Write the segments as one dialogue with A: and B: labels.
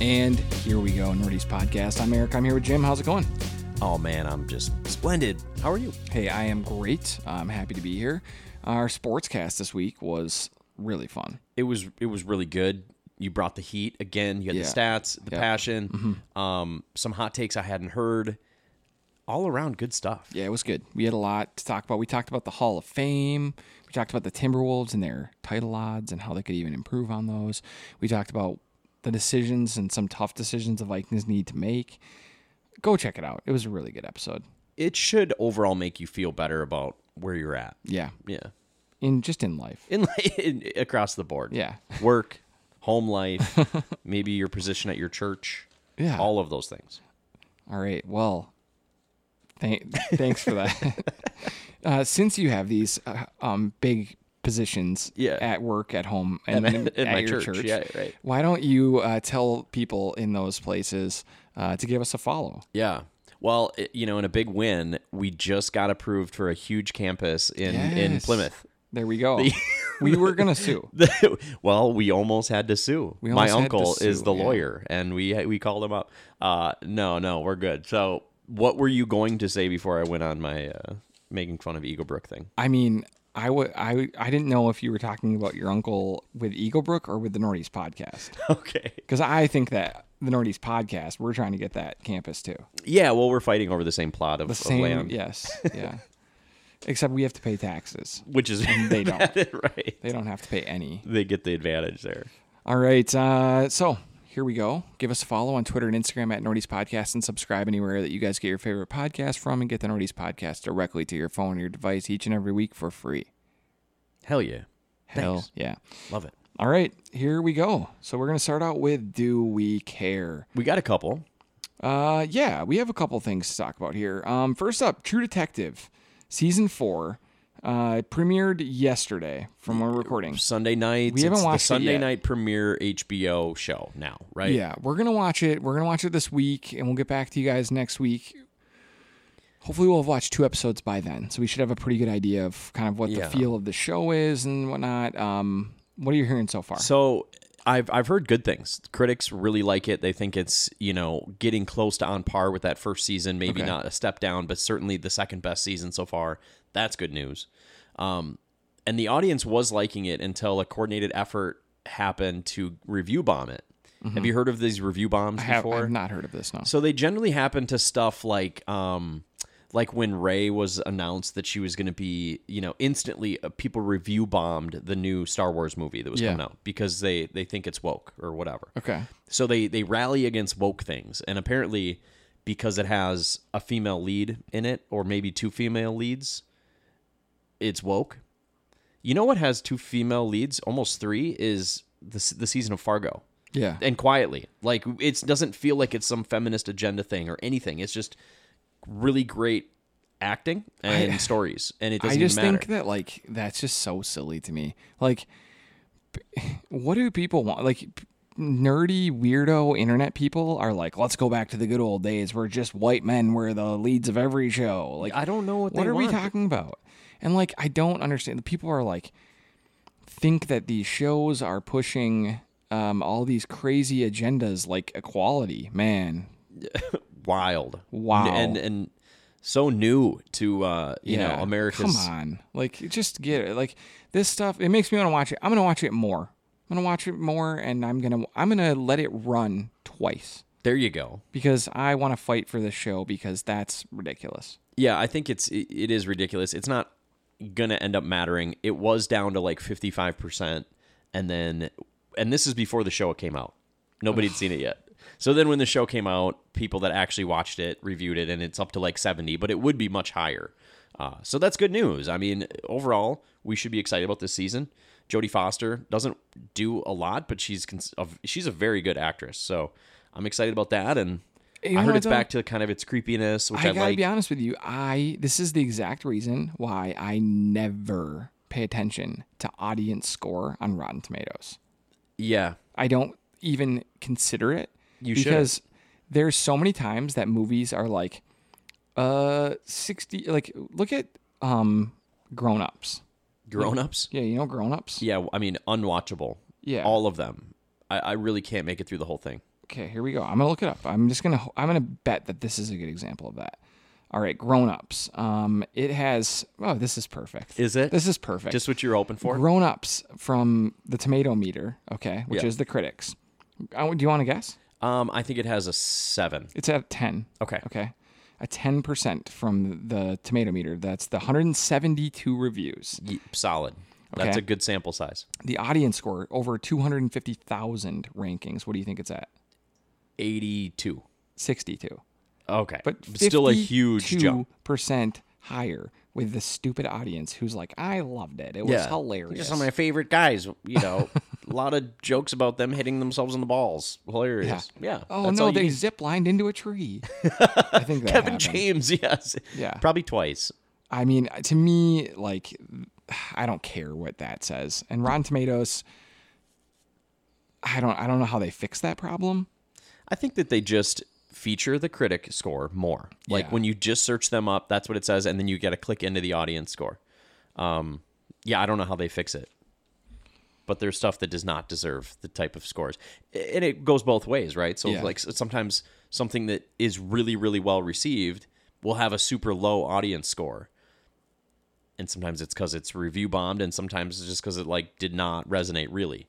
A: And here we go, Nerdy's podcast. I'm Eric. I'm here with Jim. How's it going?
B: Oh man, I'm just splendid. How are you?
A: Hey, I am great. I'm happy to be here. Our sports cast this week was really fun.
B: It was it was really good. You brought the heat again. You had
A: Yeah.
B: the stats, the passion, um, some hot takes I hadn't heard. All around good stuff.
A: Yeah, it was good. We had a lot to talk about. We talked about the Hall of Fame. We talked about the Timberwolves and their title odds and how they could even improve on those. We talked about the decisions and some tough decisions the Vikings need to make. Go check it out. It was a really good episode.
B: It should overall make you feel better about where you're at.
A: Yeah.
B: Yeah,
A: In just in life.
B: in, in across the board.
A: Yeah.
B: work, home life, maybe your position at your church.
A: Yeah.
B: all of those things.
A: All right. Well, th- thanks for that. uh, since you have these uh, um, big positions
B: Yeah.
A: at work, at home, and,
B: And at-
A: at,
B: at my
A: your church,
B: church. Yeah, right.
A: why don't you uh, tell people in those places uh, to give us a follow?
B: Yeah. Well, it, you know, in a big win, we just got approved for a huge campus in in
A: Yes.
B: Plymouth.
A: There we go. we were gonna sue.
B: well, we almost had to sue.
A: We almost
B: My
A: had to
B: uncle is
A: sue,
B: the
A: yeah.
B: lawyer, and we we called him up. Uh, no, no, we're good. So, what were you going to say before I went on my uh, making fun of Eaglebrook thing?
A: I mean, I would. I I didn't know if you were talking about your uncle with Eaglebrook or with the Nordies podcast,
B: Okay.
A: because I think that the Nordies podcast we're trying to get that campus too.
B: Yeah. Well, we're fighting over the same plot of,
A: The
B: of
A: same,
B: land,
A: yes, yeah. Except we have to pay taxes.
B: which is
A: They don't.
B: right.
A: They don't have to pay any.
B: They get the advantage there.
A: All right. Uh, so here we go. Give us a follow on Twitter and Instagram at Nordy's Podcast and subscribe anywhere that you guys get your favorite podcast from and get the Nordy's Podcast directly to your phone or your device each and every week for free.
B: Hell yeah.
A: Hell
B: Thanks.
A: yeah.
B: Love it.
A: All right. Here we go. So we're going to start out with Do We Care?
B: We got a couple.
A: Uh, yeah, we have a couple things to talk about here. Um, first up, True Detective, season four, uh, premiered yesterday from when we're recording.
B: Sunday nights.
A: haven't
B: it's
A: watched it
B: the Sunday
A: yet.
B: night premiere HBO show now, right?
A: Yeah, we're gonna watch it. We're gonna watch it this week, and we'll get back to you guys next week. Hopefully, we'll have watched two episodes by then, so we should have a pretty good idea of kind of what
B: Yeah.
A: the feel of the show is and whatnot. Um, what are you hearing so far?
B: So I've I've heard good things. Critics really like it. They think it's you know getting close to on par with that first season. Maybe
A: Okay.
B: not a step down, but certainly the second best season so far. That's good news. Um, and the audience was liking it until a coordinated effort happened to review bomb it. Have you heard of these review bombs
A: Mm-hmm. I have,
B: before?
A: I've not heard of this. No.
B: So they generally happen to stuff like um like when Ray was announced that she was going to be, you know, instantly uh, people review bombed the new Star Wars movie that was
A: Yeah.
B: coming out because they they think it's woke or whatever.
A: Okay.
B: So they they rally against woke things and apparently because it has a female lead in it or maybe two female leads, it's woke. You know what has two female leads, almost three is the s- the season of Fargo
A: Yeah.
B: and quietly. Like it doesn't feel like it's some feminist agenda thing or anything. It's just really great acting and stories, and it doesn't
A: I just
B: even matter.
A: think that like that's just so silly to me. Like, p- what do people want? Like. p- Nerdy weirdo internet people are like, let's go back to the good old days where just white men were the leads of every show. Like,
B: I don't know what,
A: what
B: they
A: are
B: want.
A: we talking about? And like, I don't understand. The people are like, think that these shows are pushing um, all these crazy agendas like equality. Man,
B: Wild,
A: Wow.
B: and and so new to uh, you
A: yeah,
B: know America's.
A: Come on, like, just get it. Like this stuff, it makes me want to watch it. I'm gonna watch it more. I'm gonna watch it more, and I'm gonna I'm gonna let it run twice
B: There you go.
A: because I want to fight for this show because that's ridiculous.
B: Yeah, I think it's it, it is ridiculous. It's not gonna end up mattering. It was down to like fifty five percent, and then and this is before the show came out. Nobody had seen it yet. So then when the show came out, people that actually watched it reviewed it, and it's up to like seventy, but it would be much higher. Uh, so that's good news. I mean, overall, we should be excited about this season. Jodie Foster doesn't do a lot, but she's cons- a, she's a very good actress. So I'm excited about that, and
A: You
B: I
A: know
B: heard
A: what,
B: it's
A: though?
B: back to kind of its creepiness, which I,
A: I gotta
B: like.
A: be honest with you. I this is the exact reason why I never pay attention to audience score on Rotten Tomatoes.
B: yeah,
A: I don't even consider it.
B: You shouldn't.
A: because there's so many times that movies are like, uh, sixty. Like, look at um, Grown Ups.
B: grown ups.
A: Yeah, you know Grown Ups.
B: Yeah, I mean unwatchable.
A: Yeah.
B: all of them. I, I really can't make it through the whole thing.
A: Okay, here we go. I'm gonna look it up. I'm just gonna I'm gonna bet that this is a good example of that. All right, grown ups. Um, it has. Oh, this is perfect.
B: Is it?
A: This is perfect.
B: Just what you're hoping for?
A: grown ups from the Tomato Meter. Okay, which
B: Yeah.
A: is the critics. I, do you want to guess?
B: Um, I think it has a seven.
A: It's at ten.
B: Okay.
A: Okay. A ten percent from the Tomato Meter. That's the 172 reviews.
B: Ye- solid. That's
A: Okay.
B: a good sample size.
A: The audience score over 250,000 rankings. What do you think it's at?
B: 82.
A: 62.
B: Okay.
A: But
B: still a huge jump.
A: Percent higher with the stupid audience who's like, I loved it. It was hilarious.
B: Just some of my favorite guys, you know. a lot of jokes about them hitting themselves in the balls. Hilarious. Yeah.
A: oh
B: that's all
A: no,
B: you
A: they
B: need.
A: zip lined into a tree. I think that
B: Kevin
A: happened.
B: James, yes.
A: Yeah.
B: Probably twice.
A: I mean, to me, like, I don't care what that says. And Rotten Tomatoes, I don't, I don't know how they fix that problem.
B: I think that they just feature the critic score more. Like
A: Yeah.
B: when you just search them up, that's what it says, and then you get to click into the audience score. Um, yeah, I don't know how they fix it, but there's stuff that does not deserve the type of scores, and it goes both ways, right? So
A: Yeah.
B: like s- sometimes something that is really really well received will have a super low audience score. And sometimes it's because it's review bombed, and sometimes it's just because it like did not resonate really,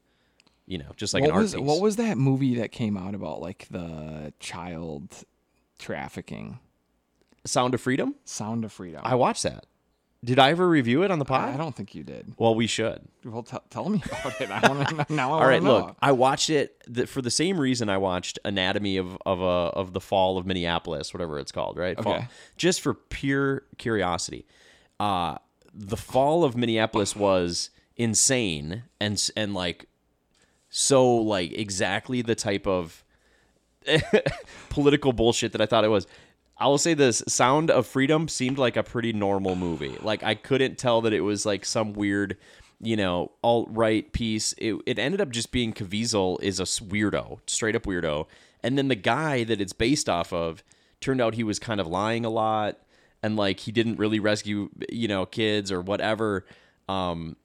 B: you know, just like an
A: what
B: art
A: was,
B: piece.
A: what was that movie that came out about like the child trafficking?
B: Sound of Freedom?
A: Sound of Freedom.
B: I watched that. Did I ever review it on the
A: I
B: pod?
A: don't think you did.
B: Well, we should.
A: Well, t- tell me about it. I want to now. I
B: All right,
A: know.
B: look, I watched it th- for the same reason I watched Anatomy of of a of the Fall of Minneapolis, whatever it's called, right? Fall.
A: Okay.
B: Just for pure curiosity. Uh the Fall of Minneapolis was insane and s- and like so like exactly the type of political bullshit that I thought it was. I will say this: Sound of Freedom seemed like a pretty normal movie. Like I couldn't tell that it was like some weird, you know, alt right piece. It, it ended up just being Caviezel is a s- weirdo, straight up weirdo, and then the guy that it's based off of turned out he was kind of lying a lot, and like he didn't really rescue, you know, kids or whatever. Um,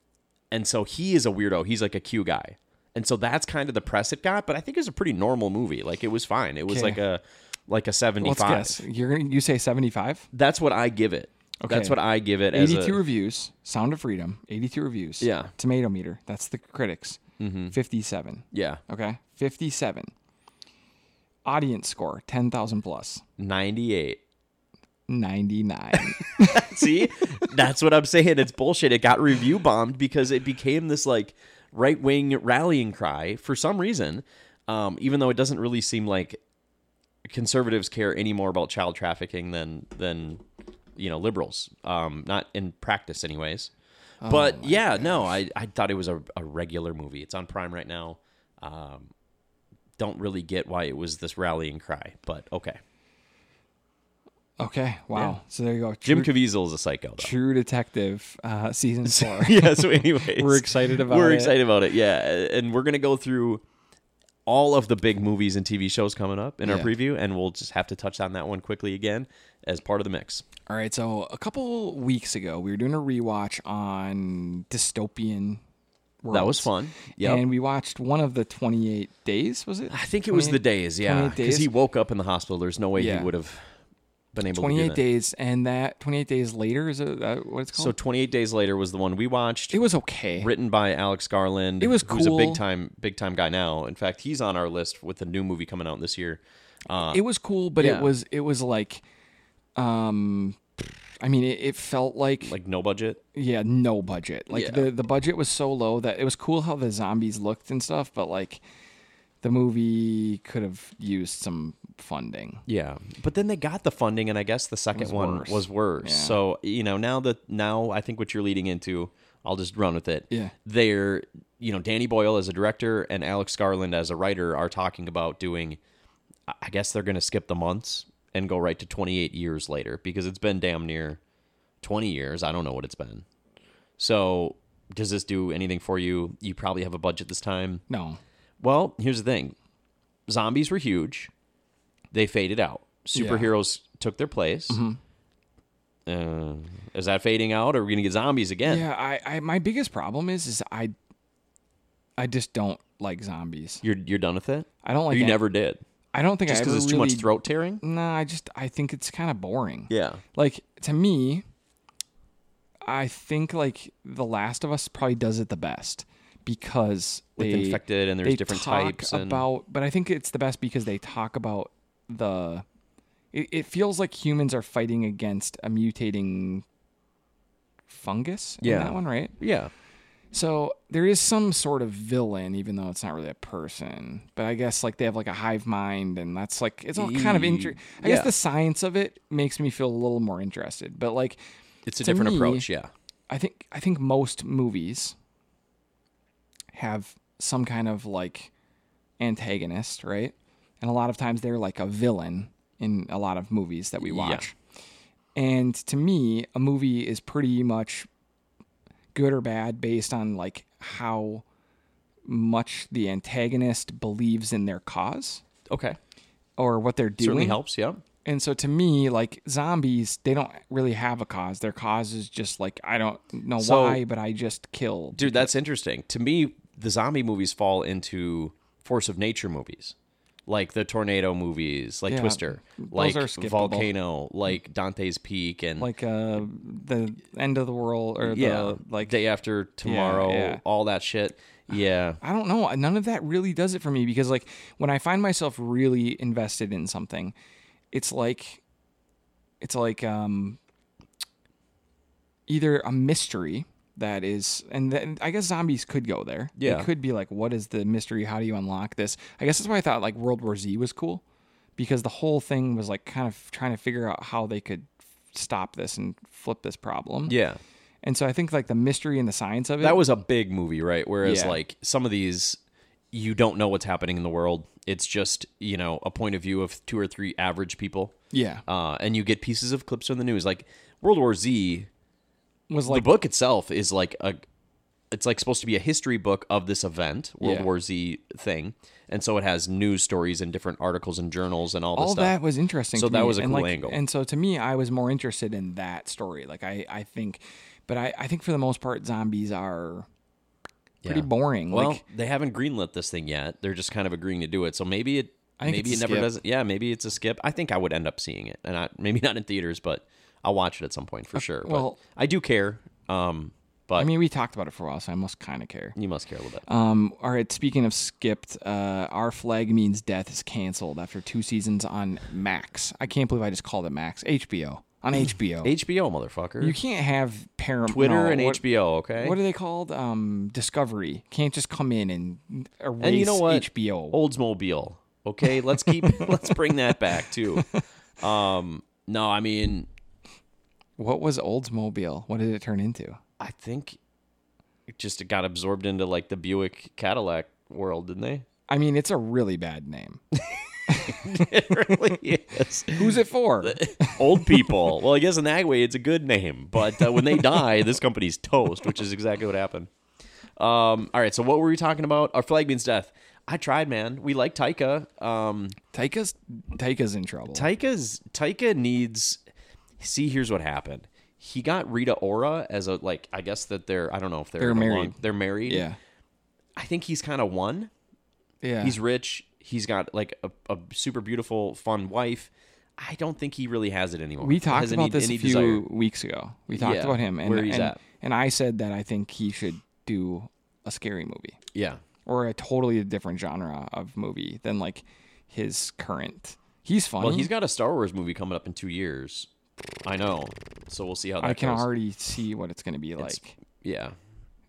B: and so he is a weirdo. He's like a Q guy. And so that's kind of the press it got, but I think it was a pretty normal movie. Like it was fine. It was
A: Okay.
B: like a like a
A: Let's
B: 75.
A: guess. You're gonna you say seventy five?
B: That's what I give it. That's
A: Okay.
B: what I give it as
A: Eighty
B: a
A: two reviews. Sound of Freedom. Eighty two reviews.
B: Yeah. Mm-hmm.
A: Tomato meter. That's the critics. Fifty seven.
B: yeah,
A: Okay. Fifty seven. Audience score ten thousand plus.
B: 98.
A: Ninety nine.
B: See? That's what I'm saying. It's bullshit. It got review bombed because it became this like right-wing rallying cry for some reason. Um, even though it doesn't really seem like conservatives care any more about child trafficking than than you know liberals um not in practice anyways
A: Oh
B: but yeah no i i thought it was a, a regular movie it's on prime right now um don't really get why it was this rallying cry but okay
A: okay. Wow. So there you go.
B: jim
A: True,
B: caviezel is a psycho though
A: True Detective uh, season four.
B: yeah so anyways
A: We're excited about
B: we're
A: it.
B: excited about it yeah and we're gonna go through all of the big movies and tv shows coming up in our
A: Yeah.
B: preview and we'll just have to touch on that one quickly again as part of the mix
A: All right, so a couple weeks ago, we were doing a rewatch on dystopian. Worlds.
B: that was fun yeah
A: And we watched one of the 28 days, was it?
B: I think it was the days, yeah,
A: 28
B: because he
A: days?
B: woke up in the hospital. There's no way
A: Yeah.
B: he would have been able to do
A: 28
B: that.
A: days, and that 28 days later is it, uh, what it's called.
B: So 28 days later was the one we watched,
A: it was okay.
B: written by Alex Garland. It
A: was
B: Who's a big
A: cool.
B: time, big time guy now. In fact, he's on our list with a new movie coming out this year. Uh,
A: it was cool, but
B: yeah.
A: it was it was like, um, I mean, it, it felt like,
B: like no budget.
A: yeah, no budget. Like
B: Yeah.
A: the the budget was so low that it was cool how the zombies looked and stuff, but like, the movie could have used some funding.
B: Yeah, but then they got the funding, and I guess the second one
A: worse.
B: was worse. So you know now that now I think what you're leading into, I'll just run with it.
A: Yeah.
B: they're you know Danny Boyle as a director and Alex Garland as a writer are talking about doing. I- I guess they're going to skip the months and go right to 28 years later because it's been damn near 20 years. I don't know what it's been. So does this do anything for you? You probably have a budget this time.
A: No,
B: Well, here's the thing. Zombies were huge. They faded out. Superheroes took their place.
A: Mm-hmm.
B: Uh, is that fading out or are we going to get zombies again?
A: Yeah, I, I my biggest problem is is I I just don't like zombies.
B: You're you're done with it?
A: I don't like.
B: you
A: any-
B: never did.
A: I don't think I
B: Just
A: ever
B: because it's too
A: really,
B: much throat tearing?
A: Nah, I just I think it's kind of boring.
B: Yeah.
A: Like to me, I think like The Last of Us probably does it the best because
B: With
A: they
B: infected and
A: they
B: there's different
A: talk
B: types and
A: about but i think it's the best because they talk about the it, it feels like humans are fighting against a mutating fungus in
B: Yeah.
A: that one right
B: Yeah.
A: so there is some sort of villain even though it's not really a person but i guess like they have like a hive mind and that's like it's all kind of inter- i
B: Yeah.
A: guess the science of it makes me feel a little more interested but like
B: It's a
A: To
B: different
A: me,
B: approach, yeah.
A: I think I think most movies have some kind of like antagonist, right? And a lot of times they're like a villain in a lot of movies that we
B: Yeah.
A: watch. And to me, a movie is pretty much good or bad based on like how much the antagonist believes in their cause
B: Okay.
A: or what they're doing.
B: Certainly helps, yeah.
A: And so to me, like zombies, they don't really have a cause. Their cause is just like I don't know
B: So-
A: why, but I just kill.
B: Dude, that's interesting. To me, the zombie movies fall into force of nature movies. Like the tornado movies, like
A: Yeah,
B: Twister,
A: those
B: like
A: are skippable.
B: Volcano, like Dante's Peak and
A: like uh the end of the world or
B: yeah,
A: the like
B: Day After Tomorrow,
A: yeah.
B: all that shit. Yeah.
A: I don't know. None of that really does it for me because like when I find myself really invested in something, it's like it's like um either a mystery that is and then I guess zombies could go there.
B: Yeah.
A: It could be like what is the mystery? How do you unlock this? I guess that's why I thought like World War Z was cool because the whole thing was like kind of trying to figure out how they could stop this and flip this problem.
B: Yeah.
A: And so I think like the mystery and the science of it
B: That was a big movie, right? Whereas
A: Yeah.
B: like some of these you don't know what's happening in the world. It's just, you know, a point of view of two or three average people.
A: yeah.
B: Uh, and you get pieces of clips from the news. Like World War Z,
A: was like
B: the book itself is like a it's like supposed to be a history book of this event, World
A: Yeah.
B: War Z thing. And so it has news stories and different articles and journals and all this
A: all
B: stuff.
A: that was interesting.
B: So
A: to
B: that
A: me.
B: was a
A: and
B: cool
A: like,
B: angle.
A: And so to me, I was more interested in that story. Like I, I think, but I, I think for the most part, zombies are pretty
B: Yeah.
A: boring.
B: Well,
A: like
B: they haven't greenlit this thing yet. They're just kind of agreeing to do it. So maybe it
A: I think
B: maybe it
A: it's a
B: never
A: skip.
B: does. Yeah, maybe it's a skip. I think I would end up seeing it, and I, maybe not in theaters, but I'll watch it at some point for sure. But
A: Uh, well-
B: I do care. Um, but
A: I mean, we talked about it for a while, so I must kind of care.
B: you must care a little bit.
A: Um, all right. Speaking of skipped, uh, our flag means death is canceled after two seasons on Max. I can't believe I just called it Max. HBO on HBO.
B: HBO, motherfucker.
A: you can't have parent
B: Twitter
A: no,
B: and
A: what-
B: HBO. Okay.
A: What are they called? Um, Discovery can't just come in and erase
B: and you know what?
A: HBO.
B: Oldsmobile. Okay. Let's keep. let's bring that back too. Um. No, I mean,
A: What was Oldsmobile? What did it turn into?
B: I think it just got absorbed into like the Buick Cadillac world, didn't they?
A: I mean, it's a really bad name.
B: it really is.
A: Who's it for?
B: Old people. Well, I guess in that way, it's a good name. But uh, when they die, this company's toast, which is exactly what happened. Um, all right. So what were we talking about? Our flag means death. I tried, man. We like Taika. Um,
A: Taika's Taika's in trouble.
B: Taika's Taika needs. See, here's what happened. He got Rita Ora as a like. I guess that they're. I don't know if they're
A: They're
B: in a long-
A: married.
B: they're married.
A: yeah,
B: I think he's kind of won.
A: yeah.
B: He's rich. He's got like a, a super beautiful, fun wife. I don't think he really has it anymore.
A: we talked
B: Has
A: about
B: any-
A: this
B: any
A: a few
B: desire.
A: weeks ago. We talked
B: Yeah,
A: about him and
B: where he's
A: and,
B: at.
A: and I said that I think he should do a scary movie
B: Yeah.
A: or a totally different genre of movie than like his current. He's funny.
B: Well, he's got a Star Wars movie coming up in two years. I know. So we'll see how that
A: I can
B: goes.
A: already see what it's going to be like. It's,
B: yeah.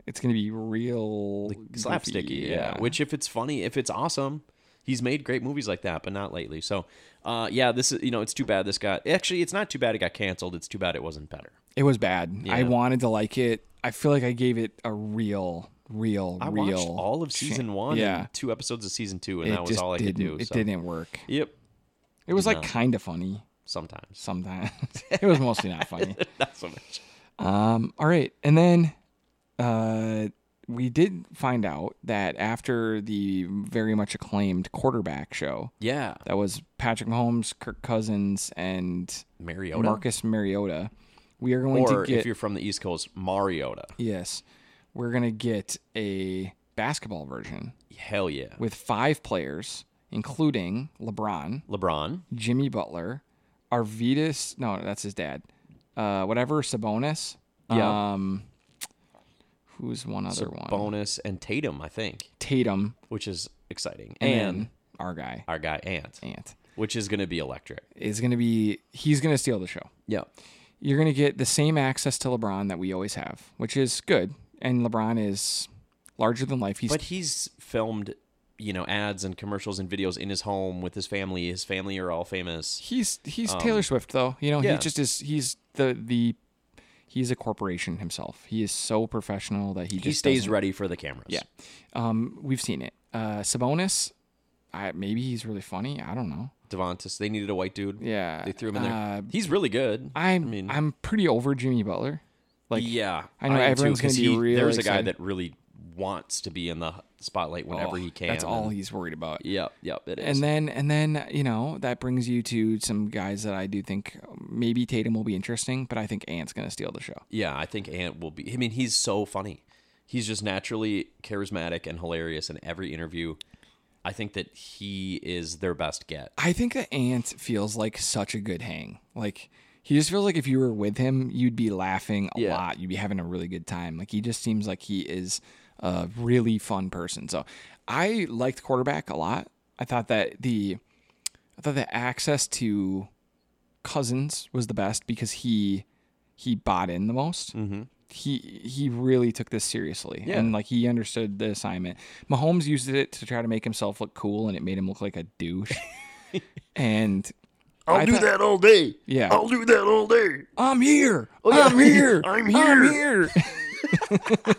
A: going to be real goofy,
B: Slapsticky. yeah. Which, if it's funny, if it's awesome, he's made great movies like that, but not lately. So, uh, yeah, this is, you know, it's too bad this got, actually, it's not too bad it got canceled. It's too bad it wasn't better.
A: It was bad. I
B: Yeah.
A: wanted to like it. I feel like I gave it a real, real,
B: I
A: real.
B: watched all of season one
A: yeah.
B: and two episodes of season two, and
A: it
B: that was
A: just
B: all I could
A: didn't,
B: do.
A: It
B: so.
A: didn't work.
B: Yep.
A: It was like
B: not.
A: kind of funny
B: Sometimes.
A: sometimes. it was mostly not funny.
B: not so much.
A: Um, all right, and then uh, we did find out that after the very much acclaimed quarterback show
B: Yeah.
A: that was Patrick Mahomes, Kirk Cousins, and
B: Mariota.
A: Marcus Mariota, we are going
B: or
A: to get
B: if you're from the East Coast, Mariota.
A: Yes. We're going to get a basketball version
B: Hell yeah.
A: with five players, including LeBron,
B: LeBron.
A: Jimmy Butler, Arvidas. No, that's his dad. Uh, whatever Sabonis.
B: Yeah.
A: Um, who's one other one?
B: Bonus and Tatum, I think,
A: Tatum
B: which is exciting.
A: and,
B: And,
A: then our guy
B: our guy Ant,
A: Ant
B: which is going to be electric.
A: is gonna be. He's gonna steal the show.
B: Yeah.
A: You're gonna get the same access to LeBron that we always have, which is good. And LeBron is larger than life. He's
B: But he's filmed, you know, ads and commercials and videos in his home with his family. His family are all famous.
A: He's he's Taylor Swift though. You know,
B: Um, yeah.
A: he just is he's the the he's a corporation himself. He is so professional that he just
B: He stays
A: doesn't-
B: ready for the cameras.
A: Yeah. Um we've seen it. Uh Sabonis, I maybe he's really funny. I don't know.
B: Devontis, they needed a white dude.
A: Yeah.
B: They threw him in there.
A: Uh,
B: he's really good.
A: I'm I
B: mean-
A: am pretty over Jimmy Butler. Like
B: yeah.
A: I know
B: am too,
A: everyone's gonna
B: 'cause
A: be
B: he-
A: really
B: There's a guy
A: excited.
B: that really wants to be in the spotlight whenever
A: oh,
B: he can.
A: That's all
B: and-
A: he's worried about.
B: Yep. Yep. It is.
A: And then and then you know that brings you to some guys that I do think maybe Tatum will be interesting, but I think Ant's gonna steal the show.
B: Yeah, I think Ant will be. I mean, he's so funny. He's just naturally charismatic and hilarious in every interview. I think that he is their best get.
A: I think that Ant feels like such a good hang. Like he just feels like if you were with him, you'd be laughing a
B: Yeah.
A: lot. You'd be having a really good time. Like he just seems like he is a really fun person. So I liked quarterback a lot. I thought that the I thought the access to Cousins was the best because he he bought in the most. Mm-hmm. He he really took this seriously
B: Yeah.
A: and like he understood the assignment. Mahomes used it to try to make himself look cool, and it made him look like a douche. and
C: I'll
A: I
C: do
A: thought-
C: that all day.
A: Yeah.
C: I'll do that all day.
A: I'm here.
B: Oh,
C: yeah.
A: I'm here.
C: I'm
A: I'm
C: here."
A: here.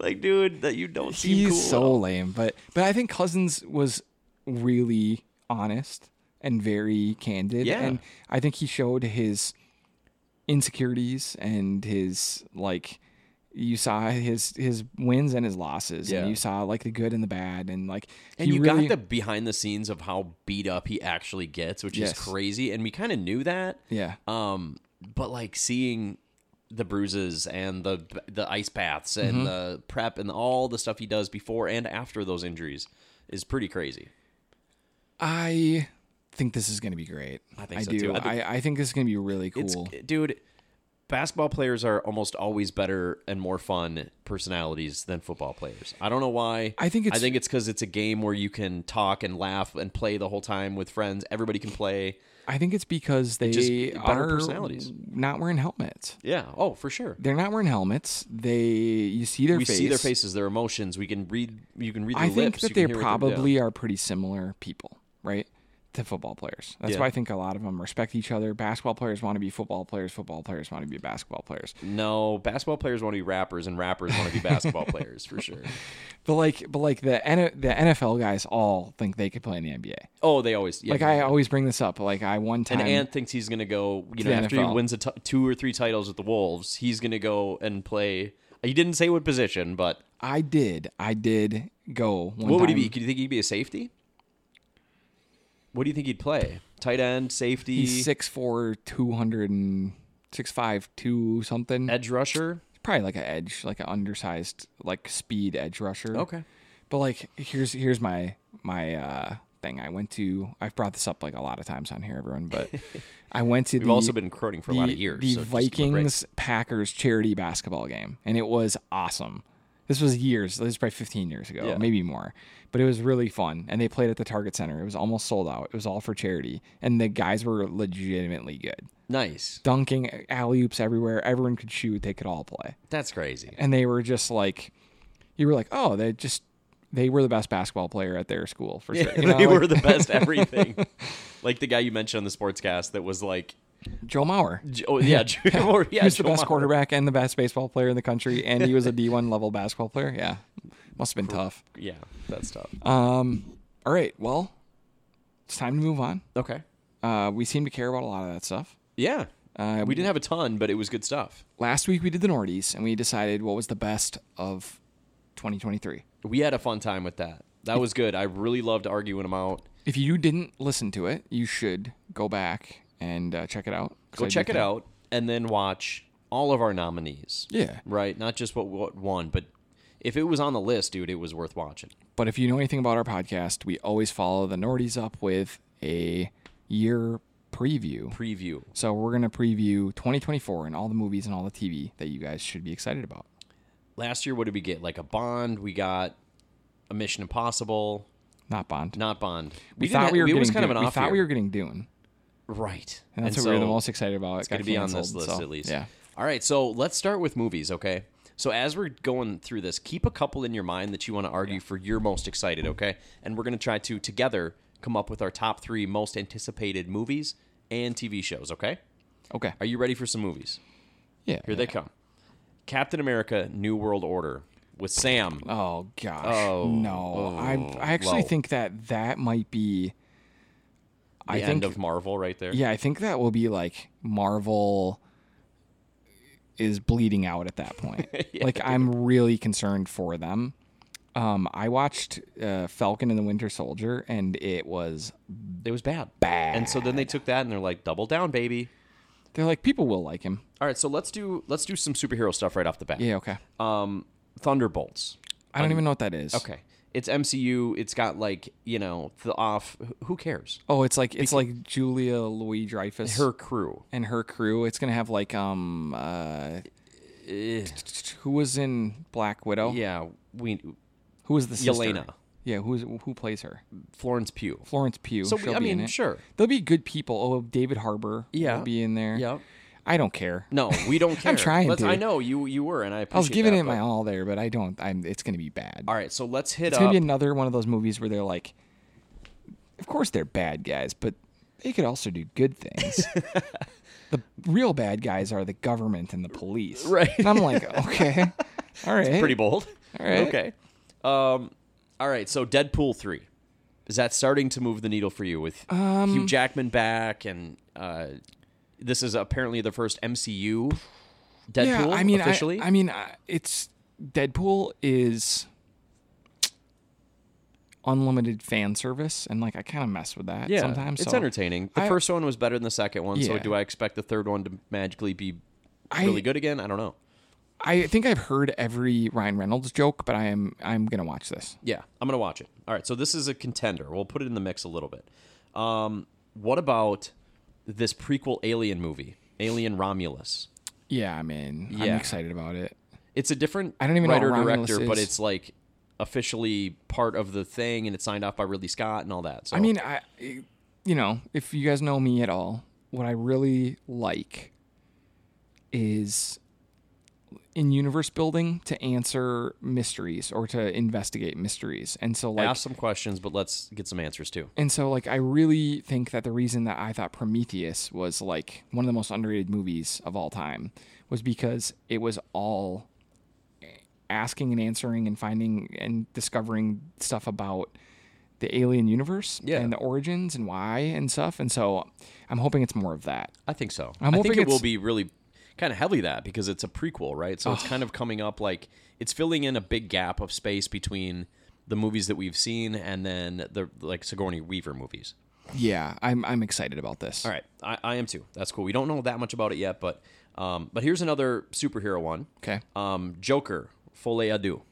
B: Like, dude, that you don't seem
A: He's
B: cool.
A: so lame, but but I think Cousins was really honest and very candid,
B: Yeah.
A: and I think he showed his insecurities and his like you saw his his wins and his losses
B: Yeah.
A: and you saw like the good and the bad and like
B: and
A: he
B: you
A: really,
B: got the behind the scenes of how beat up he actually gets, which
A: Yes.
B: is crazy. And we kind of knew that.
A: yeah
B: Um, but like seeing the bruises and the the ice baths and
A: Mm-hmm.
B: the prep and all the stuff he does before and after those injuries is pretty crazy.
A: I think this is going to be great. I
B: think
A: I
B: so,
A: do.
B: too. I
A: I,
B: think-
A: I, think this is going to be really
B: It's
A: cool.
B: dude, basketball players are almost always better and more fun personalities than football players. I don't know why.
A: I think
B: I
A: it's-
B: think it's cuz it's a game where you can talk and laugh and play the whole time with friends. Everybody can play.
A: I think it's because they
B: just better
A: are
B: personalities.
A: not wearing helmets.
B: Yeah. Oh, for sure.
A: They're not wearing helmets. They you see their
B: we
A: face.
B: see their faces, their emotions. We can read you can read their
A: I think
B: lips.
A: that
B: you can
A: they
B: hear what they're-
A: probably are pretty similar people, right? To football players. That's
B: Yeah.
A: why I think a lot of them respect each other. Basketball players want to be football players. Football players want to be basketball players.
B: yeah. No, basketball players want to be rappers and rappers want to be basketball players for sure.
A: But like, but like the N- the NFL guys all think they could play in the NBA.
B: Oh, they always yeah.
A: Like I always bring this up. Like I one time
B: And Ant thinks he's gonna go. You know,
A: the
B: after he
A: NFL.
B: wins a t- two or three titles with the Wolves, he's gonna go and play. He didn't say what position, but
A: I did. I did go. One
B: what would he
A: time.
B: be? Do you think he'd be a safety? What do you think he'd play? Tight end, safety,
A: He's six four, two hundred and six five two something.
B: edge rusher.
A: Probably like an edge, like an undersized, like speed edge rusher.
B: Okay.
A: But like here's here's my my uh thing. I went to I've brought this up like a lot of times on here, everyone, but I went to
B: We've
A: the
B: also been quoting for a lot of years.
A: the
B: so just give him a break.
A: Vikings Packers charity basketball game, and it was awesome. This was years. This was probably 15 years ago,
B: Yeah.
A: maybe more. But it was really fun, and they played at the Target Center. It was almost sold out. It was all for charity, and the guys were legitimately good,
B: Nice.
A: dunking alley oops everywhere. Everyone could shoot. They could all play,
B: That's crazy.
A: and they were just like, you were like, oh, they just they were the best basketball player at their school for sure. You know,
B: they
A: like
B: were the best everything. like the guy you mentioned on the sportscast that was like,
A: Joe Mauer.
B: J- oh yeah, yeah, or, yeah
A: he was the
B: Joe
A: best
B: Mauer.
A: quarterback and the best baseball player in the country, and he was a D1 level basketball player. Yeah, must have been tough.
B: Yeah, that's tough.
A: Uh, All right, well, it's time to move on.
B: okay.
A: Uh, we seem to care about a lot of that stuff.
B: Yeah.
A: Uh,
B: we didn't have a ton, but it was good stuff.
A: Last week we did the Nordies, and we decided what was the best of 2023.
B: We had a fun time with that. That was good. I really loved arguing them out.
A: If you didn't listen to it, you should go back and uh, check it out. 'cause
B: Go
A: I do
B: check it
A: think-
B: out and then watch all of our nominees.
A: Yeah.
B: Right? Not just what, what won, but if it was on the list, dude, it was worth watching.
A: But if you know anything about our podcast, we always follow the Nordies up with a year preview.
B: Preview.
A: So we're going to preview 2024 and all the movies and all the TV that you guys should be excited about.
B: Last year, what did we get? Like a Bond. We got a Mission Impossible.
A: Not Bond.
B: Not Bond.
A: we,
B: did
A: thought
B: not-
A: we were
B: It
A: getting
B: was kind of an
A: Dune. we
B: off
A: thought
B: year.
A: we were getting Dune.
B: right.
A: And that's
B: And
A: what we were the
B: so-
A: most excited about. It's
B: Got to be on this list at least.
A: Yeah.
B: All right, so let's start with movies, okay? So as we're going through this, keep a couple in your mind that you want to argue for your most excited, okay? And we're going to try to together come up with our top 3 most anticipated movies and TV shows, okay?
A: Okay.
B: Are you ready for some movies?
A: Yeah.
B: Here they come. Captain America: New World Order with Sam.
A: Oh gosh.
B: Oh,
A: no. I I actually
B: well.
A: think that that might be
B: The
A: I
B: end
A: think
B: of Marvel right there.
A: yeah, I think that will be like Marvel is bleeding out at that point. Like I'm really concerned for them. Um, I watched uh, Falcon and the Winter Soldier, and it was
B: It was bad. Bad. And so then they took that and they're like double down, baby.
A: they're like people will like him.
B: All right, so let's do let's do some superhero stuff right off the bat.
A: Yeah, okay.
B: Um Thunderbolts.
A: I don't even know what that is.
B: Okay. It's MCU. It's got like, you know, the off who cares?
A: Oh, it's like it's like Julia Louis Dreyfus
B: Her crew.
A: and her crew. It's gonna have like um uh who was in Black Widow?
B: Yeah, we
A: Who was the sister?
B: Yelena.
A: Yeah, who's who plays her?
B: Florence Pugh.
A: Florence Pugh.
B: So we-
A: She'll
B: I
A: be in
B: mean,
A: it.
B: sure.
A: There'll be good people. Oh, David Harbour
B: Yeah.
A: will be in there.
B: Yep.
A: I don't care.
B: No, we don't care.
A: I'm trying
B: Let's-
A: to.
B: I know you you were and I appreciate
A: I was giving
B: that,
A: it my
B: but-
A: all there, but I don't I'm it's gonna be bad.
B: All right, so let's hit
A: it's
B: up
A: gonna be another one of those movies where they're like Of course they're bad guys, but they could also do good things. the real bad guys are the government and the police.
B: Right.
A: And I'm like, okay. All right.
B: pretty bold.
A: All right.
B: Okay. Um all right, so Deadpool 3. Is that starting to move the needle for you with
A: Um,
B: Hugh Jackman back and uh this is apparently the first MCU Deadpool
A: yeah, I mean, I-
B: officially?
A: I, mean, I- it's Deadpool is unlimited fan service, and like I kind of mess with that
B: Yeah,
A: sometimes.
B: it's
A: so
B: entertaining. The
A: I-
B: first one was better than the second one, so
A: Yeah.
B: do I expect the third one to magically be
A: I-
B: really good again? I don't know.
A: I think I've heard every Ryan Reynolds joke, but I am I'm gonna watch this.
B: Yeah, I'm gonna watch it. All right, so this is a contender. We'll put it in the mix a little bit. Um, what about this prequel Alien movie, Alien Romulus?
A: Yeah, I'm in.
B: Yeah.
A: I'm excited about it.
B: It's a different
A: I don't even know what
B: writer
A: Romulus
B: director, but
A: is.
B: it's like officially part of the thing, and it's signed off by Ridley Scott and all that. So
A: I mean, I you know, if you guys know me at all, what I really like is in universe building to answer mysteries or to investigate mysteries. And so like
B: ask some questions, but let's get some answers too.
A: And so like I really think that the reason that I thought Prometheus was like one of the most underrated movies of all time was because it was all asking and answering and finding and discovering stuff about the alien universe
B: Yeah.
A: and the origins and why and stuff. And so I'm hoping it's more of that.
B: I think so. i
A: I'm hoping
B: think it will
A: it's-
B: be really kind of heavily that because it's a prequel, right? So it's kind of coming up like it's filling in a big gap of space between the movies that we've seen and then the like Sigourney Weaver movies.
A: Yeah, I'm I'm excited about this.
B: All right, I, I am too. That's cool. We don't know that much about it yet, but um, but here's another superhero one.
A: Okay.
B: Um, Joker, Folie Ado.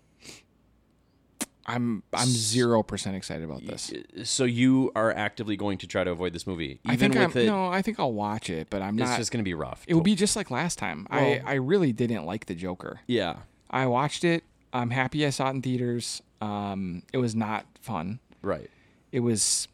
A: I'm I'm zero percent excited about this.
B: So you are actively going to try to avoid this movie, even
A: I think I'm,
B: with it.
A: no, I think I'll watch it, but I'm
B: it's
A: not
B: just going to be rough.
A: it will be just like last time. I, I really didn't like the Joker.
B: yeah,
A: I watched it. I'm happy I saw it in theaters. Um, it was not fun.
B: right.
A: It was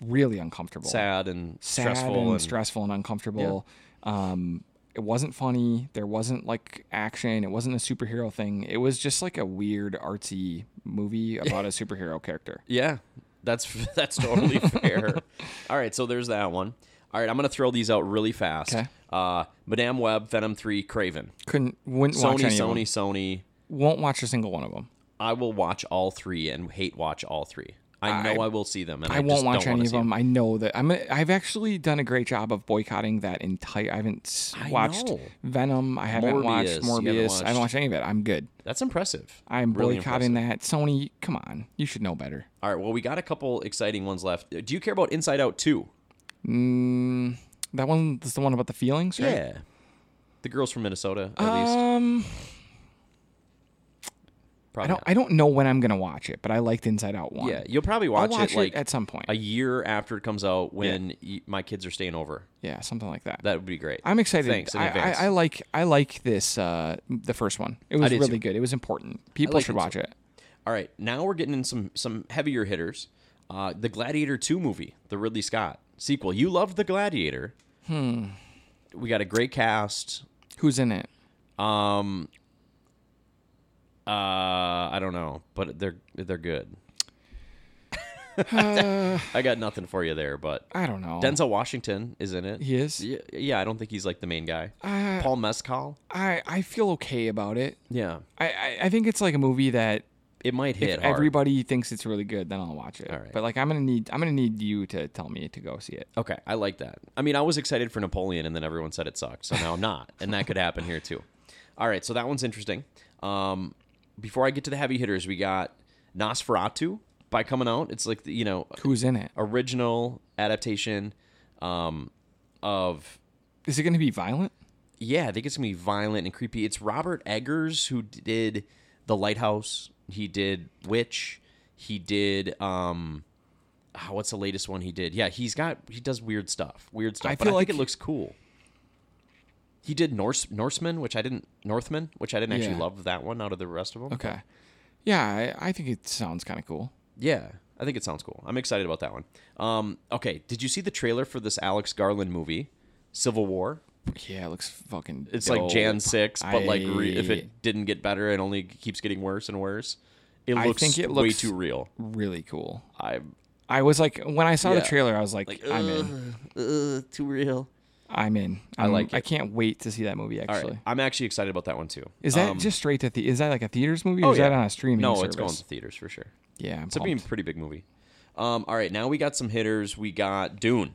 A: really uncomfortable,
B: Sad and
A: Sad
B: stressful
A: and,
B: and,
A: stressful and uncomfortable. Um, it wasn't funny. There wasn't like action. It wasn't a superhero thing. It was just like a weird artsy movie about a superhero character.
B: Yeah, that's that's totally fair. All right, so there's that one. All right, I'm gonna throw these out really fast.
A: 'Kay.
B: Uh, Madame Web, Venom Three, Craven,
A: Couldn't wouldn't
B: Sony,
A: watch any of
B: Sony,
A: them.
B: Sony.
A: Won't watch a single one of them.
B: I will watch all three and hate watch all three. I know I, will see them, and
A: I
B: I, just
A: won't watch
B: don't wanna
A: any of
B: see
A: them. I know that I'm. A, I've actually done a great job of boycotting that entire. I haven't s-
B: I
A: watched
B: know.
A: Venom. I haven't watched
B: Morbius, you haven't
A: Morbius. I
B: watched-
A: haven't watched any of it. I'm good.
B: That's impressive.
A: I'm
B: Really
A: boycotting that. Sony, come on, you should know better.
B: All right, well, we got a couple exciting ones left. Do you care about Inside Out Two?
A: Mm, that one is the one about the feelings, right? Uh,
B: Yeah. The girls from Minnesota, at least.
A: Um, I
B: Probably
A: don't. I don't know when I'm gonna watch it, but I liked Inside Out one.
B: Yeah, you'll probably
A: I'll
B: watch,
A: watch it,
B: it like
A: at some point.
B: a year after it comes out when y- my kids are staying over.
A: yeah, something like that.
B: That would be great.
A: I'm excited.
B: Thanks in
A: I,
B: advance.
A: I, I like. I like this. Uh, the first one. It was
B: did
A: really
B: too.
A: good. It was important. People
B: liked
A: should
B: it
A: watch it.
B: All right, now we're getting in some some heavier hitters. Uh, the Gladiator Two movie, the Ridley Scott sequel. You loved the Gladiator. Hmm. We got a great cast.
A: Who's in it?
B: Um. Uh, I don't know, but they're they're good.
A: Uh.
B: I got nothing for you there, but
A: I don't know.
B: Denzel Washington is in it.
A: He is?
B: Yeah, yeah I don't think he's like the main guy.
A: Uh,
B: Paul Mescal.
A: I I feel okay about it.
B: Yeah,
A: I I, I think it's like a movie that
B: it might hit hard.
A: everybody thinks it's really good. Then I'll watch it.
B: All right.
A: But like I'm gonna need I'm gonna need you to tell me to go see it.
B: Okay, I like that. I mean, I was excited for Napoleon, and then everyone said it sucked, so now I'm not, and that could happen here too. All right, so that one's interesting. Um, before I get to the heavy hitters, we got Nosferatu by coming out. It's like the, you know
A: Who's in it?
B: original adaptation um, of
A: Is it gonna be violent?
B: yeah, I think it's gonna be violent and creepy. It's Robert Eggers who did The Lighthouse. He did Witch. He did um, ah, what's the latest one he did? Yeah, he's got he does weird stuff. Weird stuff.
A: I
B: but
A: feel
B: I think
A: like-
B: it looks cool. He did Norse Norseman, which I didn't Northman, which I didn't actually
A: Yeah. Uh,
B: love that one out of the rest of them.
A: Okay. Yeah, I, I think it sounds kind of cool.
B: Yeah, I think it sounds cool. I'm excited about that one. Um, okay, did you see the trailer for this Alex Garland movie, Civil War?
A: Yeah, it looks fucking.
B: It's like Jan six, but like re- if
A: I-
B: it didn't get better and only keeps getting worse and worse, it
A: I
B: looks
A: think it
B: way
A: looks-
B: too real.
A: really cool.
B: I
A: I was like, when I saw the
B: Yeah.
A: trailer, I was like, I'm in,
B: uh, too real.
A: I'm in. i
B: like
A: I
B: it.
A: can't wait to see that movie.
B: All right,
A: Actually,
B: I'm actually excited about that one too.
A: is that
B: Um,
A: just straight to the? Is that like a theaters movie? or
B: oh,
A: Is that
B: yeah.
A: on a streaming?
B: no?
A: service?
B: It's going to theaters for sure.
A: Yeah, I'm
B: It's a being
A: pumped.
B: pretty big movie. Um, all right, now we got some hitters. We got Dune.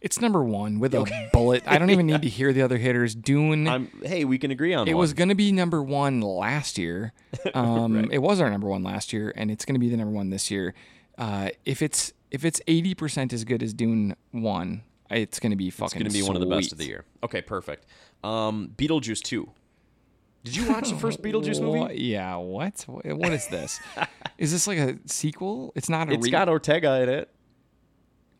A: It's number one with a bullet. I don't even need to hear the other hitters. Dune.
B: I'm hey, we can agree on
A: it
B: one.
A: was going to be number one last year. Um, It was our number one last year, and it's going to be the number one this year. Uh, if it's if it's eighty percent as good as Dune one, it's going to be fucking.
B: It's going to be one of the best of the
A: sweet.
B: year. Okay, perfect. Um, Beetlejuice 2. Did you watch the first Beetlejuice
A: What-
B: movie?
A: Yeah. What? Wha- What is this? is this like a sequel? It's not a.
B: It's
A: re-
B: got Ortega in it.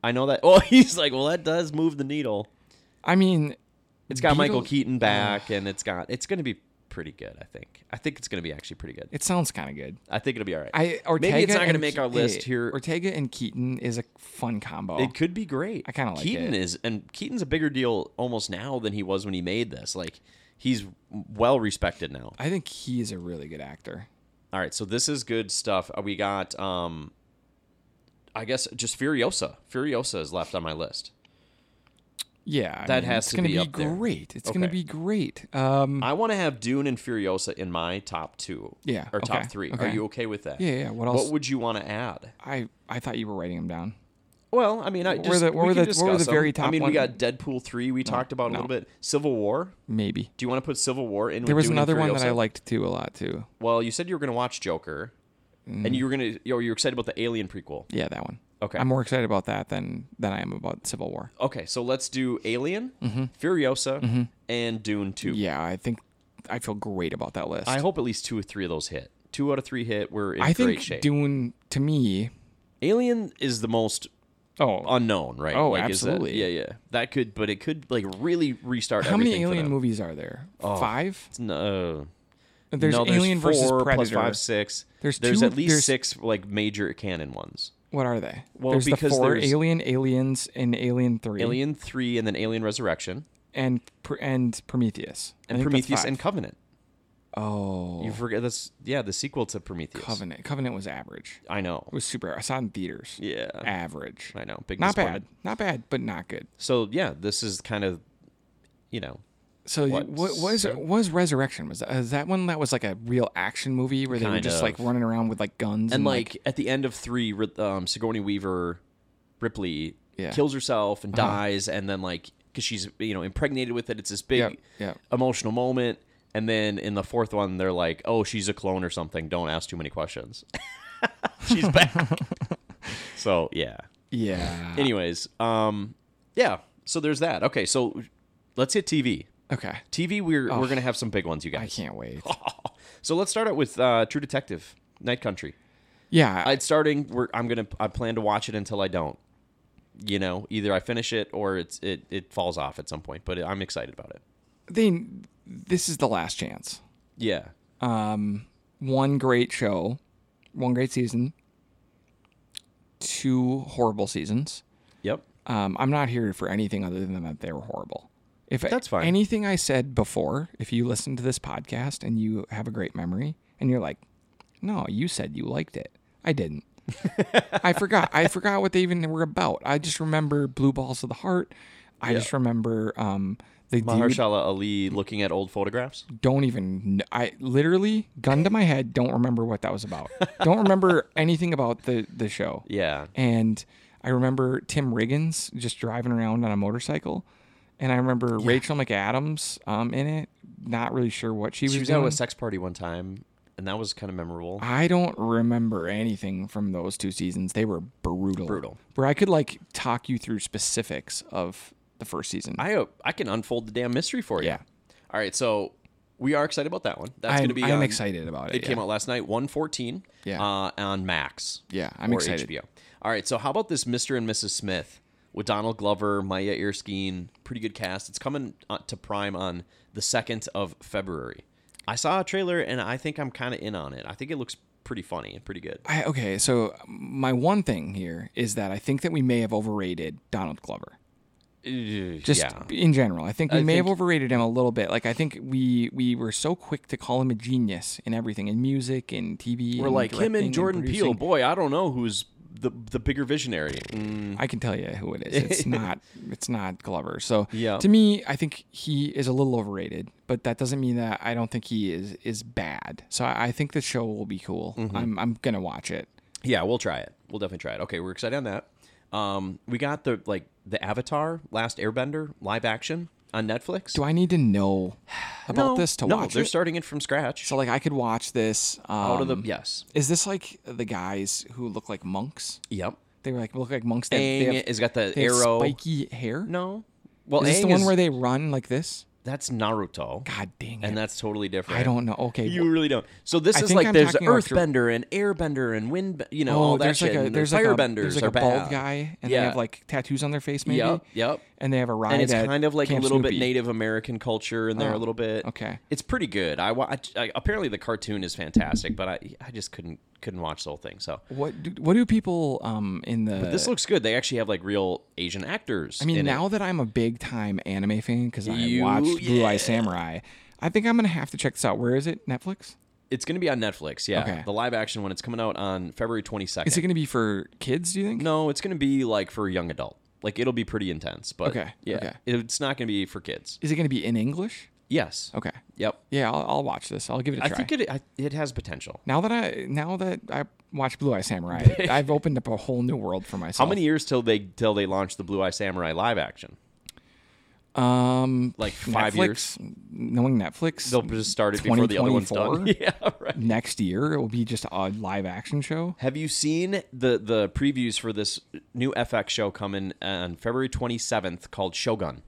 B: I know that. Oh, he's like, well, that does move the needle.
A: I mean,
B: It's got Michael
A: Beetle-
B: Keaton back, and it's got. It's going to be pretty good. I think. I think it's going to be actually pretty good.
A: It sounds kind of good.
B: I think it'll be all right.
A: I Ortega.
B: Maybe it's not
A: going
B: to make our list here.
A: Ortega and Keaton is a fun combo.
B: it could be great.
A: I kinda like
B: Keaton
A: it.
B: is, and Keaton's a bigger deal almost now than he was when he made this. Like he's well respected now.
A: I think he is a really good actor.
B: All right, so this is good stuff. Uh, We got, um, I guess, just Furiosa. Furiosa is left on my list.
A: Yeah, I
B: That
A: mean,
B: has
A: it's
B: to
A: gonna
B: be up there.
A: great. It's gonna
B: Okay.
A: be great. Um,
B: I want to have Dune and Furiosa in my top two.
A: Yeah,
B: Or
A: okay,
B: top three. Are
A: okay.
B: you okay with that?
A: Yeah, yeah, what else-
B: What would you want to add?
A: I I thought you were writing them down.
B: Well, I mean, I
A: were
B: just,
A: the- what
B: we
A: were
B: can
A: the- what were the
B: discuss 'em.
A: very
B: I
A: top
B: mean,
A: one?
B: we got Deadpool 3 we talked about a little bit. Civil War.
A: Maybe
B: Do you want to put Civil War in with
A: there was
B: Dune and
A: another one that I
B: Furiosa?
A: liked too a lot too.
B: Well, you said you were going to watch Joker. And you were gonna, you were excited about the Alien prequel.
A: Mm. Yeah, that one.
B: Okay.
A: I'm more excited about that than than I am about Civil War.
B: Okay, so let's do Alien, Furiosa, and Dune 2.
A: Mm-hmm. Yeah, I think I feel great about that list.
B: I hope at least two or three of those hit. Two out of three hit. We're in
A: I
B: great
A: think
B: shape.
A: Dune to me.
B: Alien is the most
A: Oh,
B: unknown, right?
A: Oh,
B: like, is that-
A: absolutely.
B: yeah, yeah. That could, but it could like really restart.
A: how many
B: everything for
A: Alien
B: them. uh,
A: movies are there? Five.
B: No,
A: There's
B: no,
A: Alien
B: four
A: versus
B: plus
A: Predator.
B: five, six.
A: There's two-
B: at least
A: there's-
B: six like major canon ones.
A: What are they?
B: Well,
A: there's
B: because
A: the four
B: there's-
A: Alien, Aliens, and Alien Three,
B: Alien three, and then Alien Resurrection,
A: and Pr- and Prometheus, I think
B: and
A: that's
B: Prometheus
A: five.
B: and Covenant.
A: oh,
B: You forget that's yeah, the sequel to Prometheus.
A: Covenant. Covenant was average.
B: I know.
A: It was super. I saw it in theaters.
B: Yeah,
A: Average.
B: I know. Big
A: Not
B: disappointment.
A: bad. Not bad, but not good.
B: So yeah, this is kind of, you know,
A: So what,
B: What?
A: what was
B: So-
A: was Resurrection? Was that, is that one that was like a real action movie where they were
B: Kind
A: just
B: of.
A: like running around with like guns and,
B: and like, at the end of three, Ri- um, Sigourney Weaver, Ripley
A: Yeah.
B: kills herself and dies, and then like because she's you know impregnated with it, it's this big
A: Yep, yep.
B: emotional moment, and then in the fourth one, they're like, oh, she's a clone or something. Don't ask too many questions. she's back. so yeah.
A: yeah?
B: Anyways, um, yeah. So there's that. Okay, so let's hit TV.
A: Okay,
B: TV, we're we're gonna have some big ones, you guys.
A: I can't wait.
B: So let's start out with uh, True Detective, Night Country.
A: Yeah,
B: I'd starting. We're, I'm gonna. I plan to watch it until I don't. You know, either I finish it or it's it it falls off at some point. But I'm excited about it.
A: they this is the last chance.
B: Yeah,
A: One great show, one great season, two horrible seasons.
B: Yep.
A: Um, I'm not here for anything other than that they were horrible. If
B: That's fine.
A: anything I said before, if you listen to this podcast and you have a great memory and you're like, no, you said you liked it. I didn't. I forgot. I forgot what they even were about. I just remember Blue Balls of the Heart. I just remember um, the dude
B: Mahershala Ali looking at old photographs.
A: don't even kn- I literally gun to my head don't remember what that was about. don't remember anything about the the show.
B: Yeah.
A: And I remember Tim Riggins just driving around on a motorcycle and I remember Rachel McAdams um in it. Not really sure what she was,
B: She was
A: doing.
B: at a sex party one time, and that was kind of memorable.
A: I don't remember anything from those two seasons. They were brutal.
B: Brutal.
A: Where I could like talk you through specifics of the first season.
B: I hope I can unfold the damn mystery for you.
A: Yeah.
B: All right, so we are excited about that one. That's
A: I'm,
B: going to be.
A: I'm
B: on-
A: excited about it.
B: It came out last night, one fourteen.
A: Yeah.
B: Uh, on Max.
A: Yeah, I'm
B: or
A: excited.
B: HBO. All right, so how about this Mr. and Mrs. Smith with Donald Glover, Maya Erskine? Pretty good cast. It's coming uh, to Prime on the second of February. I saw a trailer and I think I'm kind of in on it. I think it looks pretty funny and pretty good.
A: I, okay, so my one thing here is that I think that we may have overrated Donald Glover. Just
B: yeah.
A: in general, I think we
B: I
A: may have
B: think-
A: overrated him a little bit. Like I think we we were so quick to call him a genius in everything, in music, in TV.
B: We're
A: in
B: like him
A: directing
B: and Jordan Peele.
A: producing.
B: Boy, I don't know who's the the bigger visionary. Mm.
A: I can tell you who it is. It's not it's not Glover. So
B: Yeah.
A: to me, I think he is a little overrated, but that doesn't mean that I don't think he is is bad. So I, I think the show will be cool.
B: Mm-hmm.
A: I'm I'm gonna watch it.
B: Yeah, we'll try it. We'll definitely try it. Okay, we're excited on that. Um, we got the like the Avatar Last Airbender live action on Netflix.
A: Do I need to know about
B: No,
A: this to
B: no,
A: watch
B: they're
A: it?
B: starting it from scratch.
A: so like I could watch this. Um,
B: out of the yes,
A: Is this like the guys who look like monks?
B: yep.
A: They were like look like monks. They have,
B: Aang
A: they have,
B: has got the
A: they have
B: arrow.
A: spiky hair.
B: No, well,
A: is this
B: Aang
A: the one
B: is-
A: where they run like this?
B: that's Naruto,
A: God dang it!
B: and that's totally different.
A: I don't know. Okay,
B: You really don't. So this is
A: think
B: like
A: I'm
B: there's
A: talking about-
B: Earthbender and Airbender and Wind, you know,
A: oh,
B: all that
A: there's
B: shit.
A: like a
B: and
A: there's like a,
B: Firebenders
A: there's like
B: are
A: a bald
B: bad.
A: guy, and
B: Yeah.
A: they have like tattoos on their face, maybe.
B: Yep, yep.
A: And they have a ride.
B: and it's
A: at
B: kind of like
A: Camp
B: a little
A: Snoopy. Oh,
B: bit Native American culture in there a little bit.
A: okay.
B: it's pretty good. I, wa- I- I- apparently the cartoon is fantastic, but I I just couldn't couldn't watch the whole thing. So
A: What do, what do people um in the
B: this looks good. They actually have like real Asian actors.
A: I mean, now that I'm a big time anime fan because I
B: You-
A: watched Blue
B: yeah.
A: Eye Samurai, I think I'm gonna have to check this out. Where is it? Netflix?
B: it's going to be on Netflix. Yeah,
A: Okay.
B: the live action one. It's coming out on February twenty second.
A: Is it gonna be for kids? Do you think?
B: no, it's going to be like for a young adult. Like it'll be pretty intense, but
A: Okay,
B: yeah,
A: okay.
B: it's not going to be for kids.
A: Is it gonna be in English?
B: Yes.
A: Okay.
B: Yep.
A: Yeah, I'll, I'll watch this. I'll give it a
B: I
A: try.
B: think it I, it has potential.
A: now that I now that I watch Blue Eye Samurai, I've opened up a whole new world for myself.
B: How many years till they till they launch the Blue Eye Samurai live action?
A: Um,
B: Like five years.
A: Netflix, Knowing Netflix,
B: They'll just start it before the other one's done.
A: 2024?
B: Yeah, right.
A: next year it will be just a live action show.
B: Have you seen the the previews for this new FX show coming on February 27th called Shogun?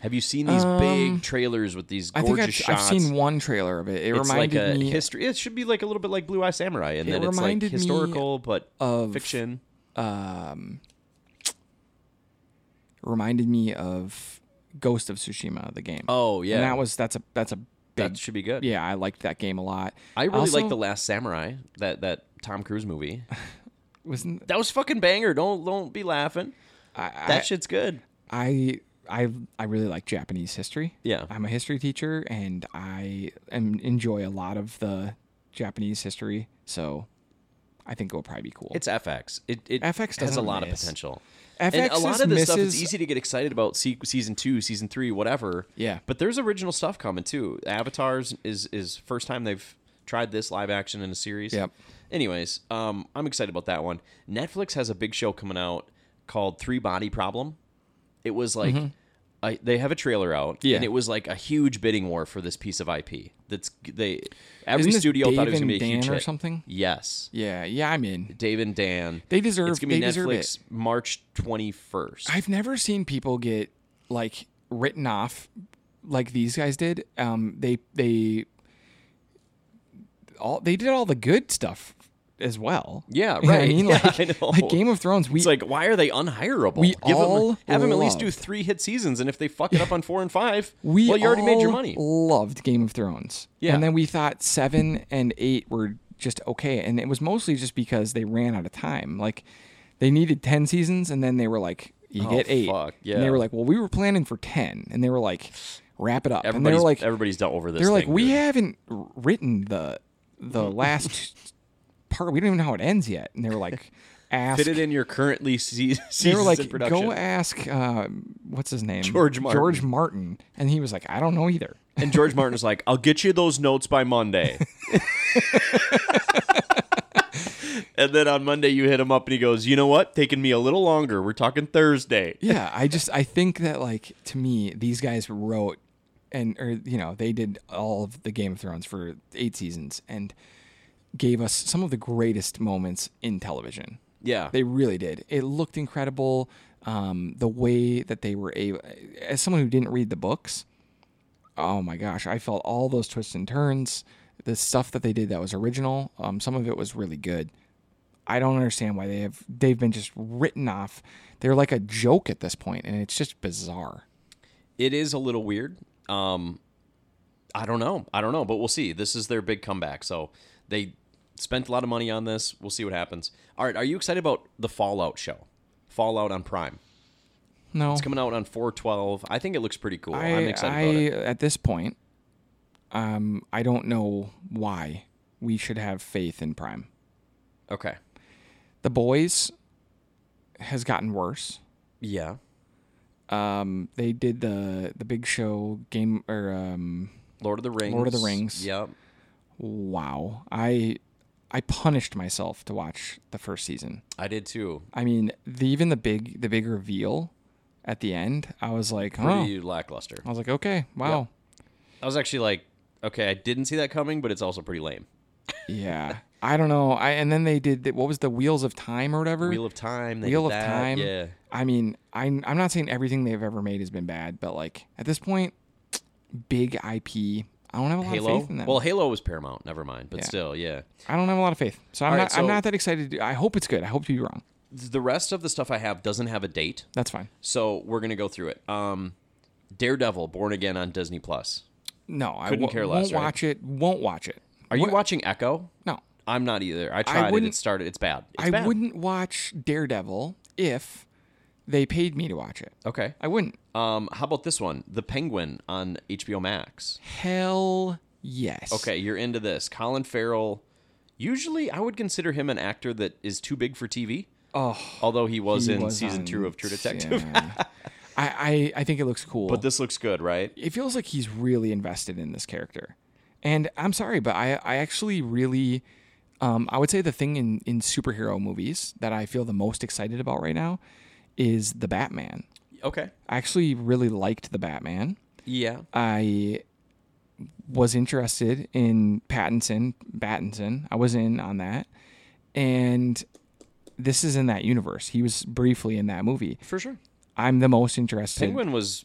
B: Have you seen these big trailers with these
A: Um, I think
B: gorgeous
A: I've, I've
B: shots?
A: seen one trailer of it. It
B: it's like
A: reminded
B: a
A: me
B: history. It should be like a little bit like Blue Eye Samurai, and
A: It
B: then it's like
A: reminded me
B: historical but
A: of-
B: fiction.
A: reminded me of Ghost of Tsushima, the game.
B: Oh
A: and
B: yeah,
A: that was that's a that's a big
B: that should be good.
A: yeah. I liked that game a lot.
B: I really
A: also,
B: like the Last Samurai, that that Tom Cruise movie.
A: wasn't
B: That was fucking banger. Don't don't be laughing. that shit's good.
A: I I I really like Japanese history.
B: Yeah.
A: I'm a history teacher and I am, enjoy a lot of the Japanese history, so I think it'll probably be cool.
B: It's FX. It, it
A: FX
B: has a
A: doesn't
B: lot of
A: miss.
B: potential.
A: FX
B: and a lot
A: is
B: of this stuff is
A: misses-
B: easy to get excited about. Se- season two, season three, whatever.
A: Yeah.
B: But there's original stuff coming too. Avatars is is first time they've tried this live action in a series.
A: Yep.
B: Anyways, um, I'm excited about that one. Netflix has a big show coming out called Three Body Problem. It was like. I, they have a trailer out,
A: Mm-hmm. Yeah.
B: and it was like a huge bidding war for this piece of IP. That's they every
A: Isn't this
B: studio thought it
A: Dave
B: was gonna be
A: and
B: a huge
A: Dan or
B: hit.
A: something?
B: Yes,
A: yeah, yeah, I'm in.
B: Dave and Dan.
A: They deserve-
B: It's gonna be
A: they deserve
B: Netflix March twenty first.
A: I've never seen people get like written off like these guys did. Um, they they all they did all the good stuff as well.
B: Yeah,
A: You know what
B: right.
A: I mean,
B: Yeah,
A: like,
B: I know.
A: like Game of Thrones, we
B: It's like, why are they unhireable?
A: We
B: them-
A: all
B: have them at least do
A: loved-
B: three hit seasons, and if they fuck it up on four and five,
A: we
B: well, you already made your
A: all
B: money.
A: Loved Game of Thrones.
B: Yeah.
A: and then we thought seven and eight were just okay, and it was mostly just because they ran out of time. Like they needed ten seasons, and then they were like, "You
B: Oh,
A: get eight. And
B: fuck, yeah.
A: they were like, "Well, we were planning for 10. and they were like, "Wrap it up." and they
B: Everybody's
A: were like,
B: everybody's dealt over this.
A: They're like,
B: thing,
A: we
B: dude.
A: haven't r- written the the last part. We don't even know how it ends yet. And they were like, ask.
B: fit it in your currently se- seasons
A: they were
B: in
A: like,
B: production.
A: go ask. Uh, what's his name?
B: George Martin.
A: George Martin. And he was like, I don't know either.
B: And George Martin was like, I'll get you those notes by Monday. and then on Monday, you hit him up and he goes, You know what? Taking me a little longer. We're talking Thursday.
A: Yeah, I just I think that like to me these guys wrote and or you know they did all of the Game of Thrones for eight seasons and gave us some of the greatest moments in television.
B: Yeah.
A: They really did. It looked incredible. Um, the way that they were able, as someone who didn't read the books, oh my gosh, I felt all those twists and turns. The stuff that they did that was original, um, some of it was really good. I don't understand why they have they've been just written off. They're like a joke at this point, and it's just bizarre.
B: It is a little weird. Um, I don't know. I don't know, but we'll see. This is their big comeback. So they spent a lot of money on this. We'll see what happens. All right. Are you excited about the Fallout show? Fallout on Prime.
A: No,
B: It's coming out on 412. I think it looks pretty cool.
A: I,
B: am excited
A: I
B: about it.
A: at this point, um, I don't know why we should have faith in Prime.
B: Okay.
A: The boys has gotten worse.
B: Yeah.
A: um they did the the big show game or um
B: Lord of the Rings.
A: Lord of the Rings.
B: Yep.
A: wow i i punished myself to watch the first season
B: I did too.
A: i mean the, even the big the big reveal at the end i was like oh
B: Pretty lackluster.
A: i was like okay wow
B: I was actually like, okay, I didn't see that coming, but it's also pretty lame.
A: yeah i don't know i and then they did the, what was the wheels of time or whatever
B: Wheel of Time. They
A: Wheel
B: did
A: of
B: that.
A: Time.
B: Yeah.
A: I mean, I'm I'm not saying everything they've ever made has been bad, but like at this point, big IP. I don't have a lot of
B: Halo.
A: faith in them.
B: Well, Halo was Paramount. Never mind. But
A: Yeah.
B: still, yeah.
A: I don't have a lot of faith, so I'm
B: All
A: not
B: right, so-
A: I'm not that excited. to- I hope it's good. I hope to be wrong.
B: The rest of the stuff I have doesn't have a date,
A: That's fine.
B: so we're gonna go through it. Um, Daredevil: Born Again on Disney Plus.
A: No, I
B: Couldn't
A: won't,
B: care
A: won't
B: less, right?
A: watch it. Won't watch it.
B: Are you watching Echo?
A: No,
B: I'm not either. I tried it. It
A: wouldn't-
B: started. It's bad. It's
A: I
B: bad.
A: wouldn't watch Daredevil if they paid me to watch it.
B: Okay.
A: I wouldn't.
B: Um, how about this one? The Penguin on HBO Max.
A: Hell yes.
B: Okay, you're into this. Colin Farrell. Usually, I would consider him an actor that is too big for TV.
A: Oh,
B: Although he was
A: he
B: in
A: was
B: season
A: on-
B: two of True Detective.
A: yeah. I, I I think it looks cool.
B: But this looks good, right?
A: it feels like he's really invested in this character. And I'm sorry, but I, I actually really, um, I would say the thing in, in superhero movies that I feel the most excited about right now is the Batman.
B: Okay.
A: I actually really liked the Batman.
B: Yeah.
A: I was interested in Pattinson, Battinson. I was in on that. And this is in that universe. He was briefly in that movie.
B: For sure.
A: I'm the most interested.
B: Penguin was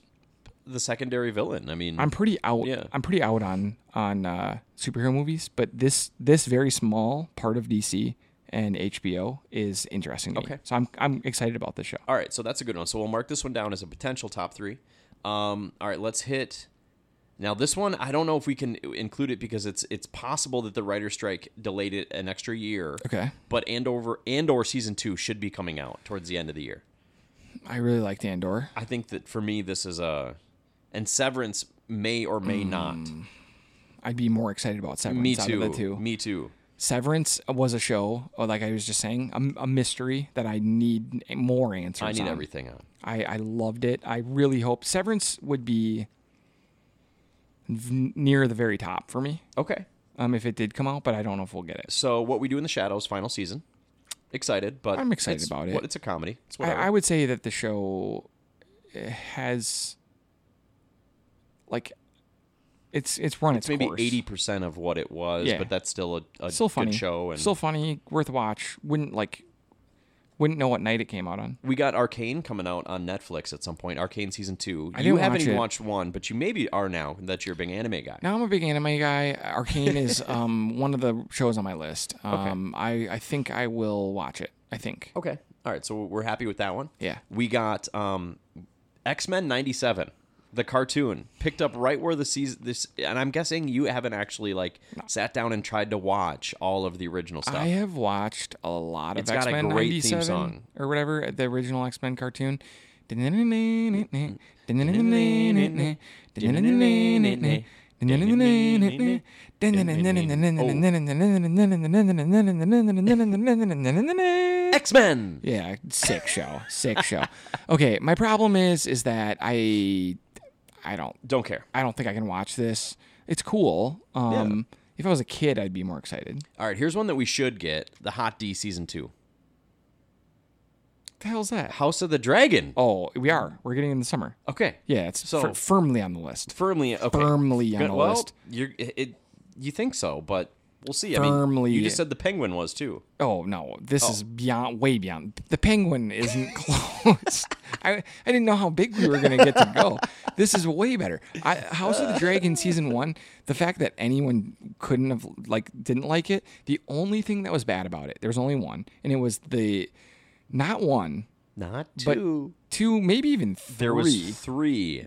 B: the secondary villain. I mean,
A: I'm pretty out.
B: Yeah.
A: I'm pretty out on on uh, superhero movies, but this this very small part of DC and HBO is interesting. To Me.
B: Okay.
A: So I'm I'm excited about this show.
B: all right, so that's a good one. So we'll mark this one down as a potential top three. Um, all right, let's hit. Now this one, I don't know if we can include it because it's it's possible that the writer strike delayed it an extra year.
A: Okay.
B: But Andover Andor season two should be coming out towards the end of the year.
A: I really liked Andor.
B: I think that for me this is a and Severance may or may not.
A: I'd be more excited about Severance
B: Me
A: out Mm. of the two.
B: too. Me too.
A: Severance was a show, oh, like I was just saying, a, a mystery that I need more answers.
B: I need
A: on.
B: everything on.
A: I, I loved it. I really hope Severance would be v- near the very top for me.
B: Okay.
A: Um, if it did come out, but I don't know if we'll get it.
B: So what we do in the shadows, final season. Excited, but
A: I'm excited
B: it's-
A: about it.
B: what- It's a comedy. It's whatever.
A: I, I would say that the show eh, has like it's it's run its,
B: it's maybe
A: course.
B: eighty percent of what it was,
A: Yeah.
B: but that's still a, a
A: still
B: good
A: funny
B: show and
A: still funny worth a watch wouldn't like Wouldn't know what night it came out on.
B: We got Arcane coming out on Netflix at some point. Arcane season two.
A: I
B: you
A: didn't
B: haven't
A: watch
B: even
A: it.
B: watched one, but you maybe are now that you're a big anime guy.
A: Now I'm a big anime guy. Arcane is um, one of the shows on my list. Um, I I think I will watch it. I think.
B: Okay. All right. So we're happy with that one.
A: Yeah.
B: We got um, X Men '97, the cartoon, picked up right where the season. This, and I'm guessing you haven't actually like sat down and tried to watch all of the original stuff.
A: I have watched a lot of
B: It's got a
A: X Men
B: great theme
A: '97
B: song.
A: or whatever uh, the original X Men cartoon. Yeah,
B: X Men.
A: sick show, sick show. Okay, my problem is is that I I don't
B: Don't care.
A: I don't think I can watch this. It's cool. Um if I was a kid I'd be more excited.
B: All right. Here's one that we should get: the Hot D season two,
A: the hell's that?
B: House of the Dragon.
A: Oh, we are. We're getting in the summer.
B: Okay.
A: Yeah, it's
B: Mm-hmm. So-
A: fir- firmly on the list.
B: Firmly. Okay.
A: Firmly on
B: Good-
A: the
B: well,
A: list.
B: you're it, it. You think so, but we'll see. I
A: Firmly-
B: mean, you just said the Penguin was too.
A: Oh no, this is beyond, way beyond. The penguin isn't close. I, I didn't know how big we were gonna get to go. This is way better. I, House of the Dragon season one. The fact that anyone couldn't have like didn't like it. The only thing that was bad about it, there was only one, and it was the not one,
B: Not
A: but
B: two.
A: two, maybe even three.
B: there was three.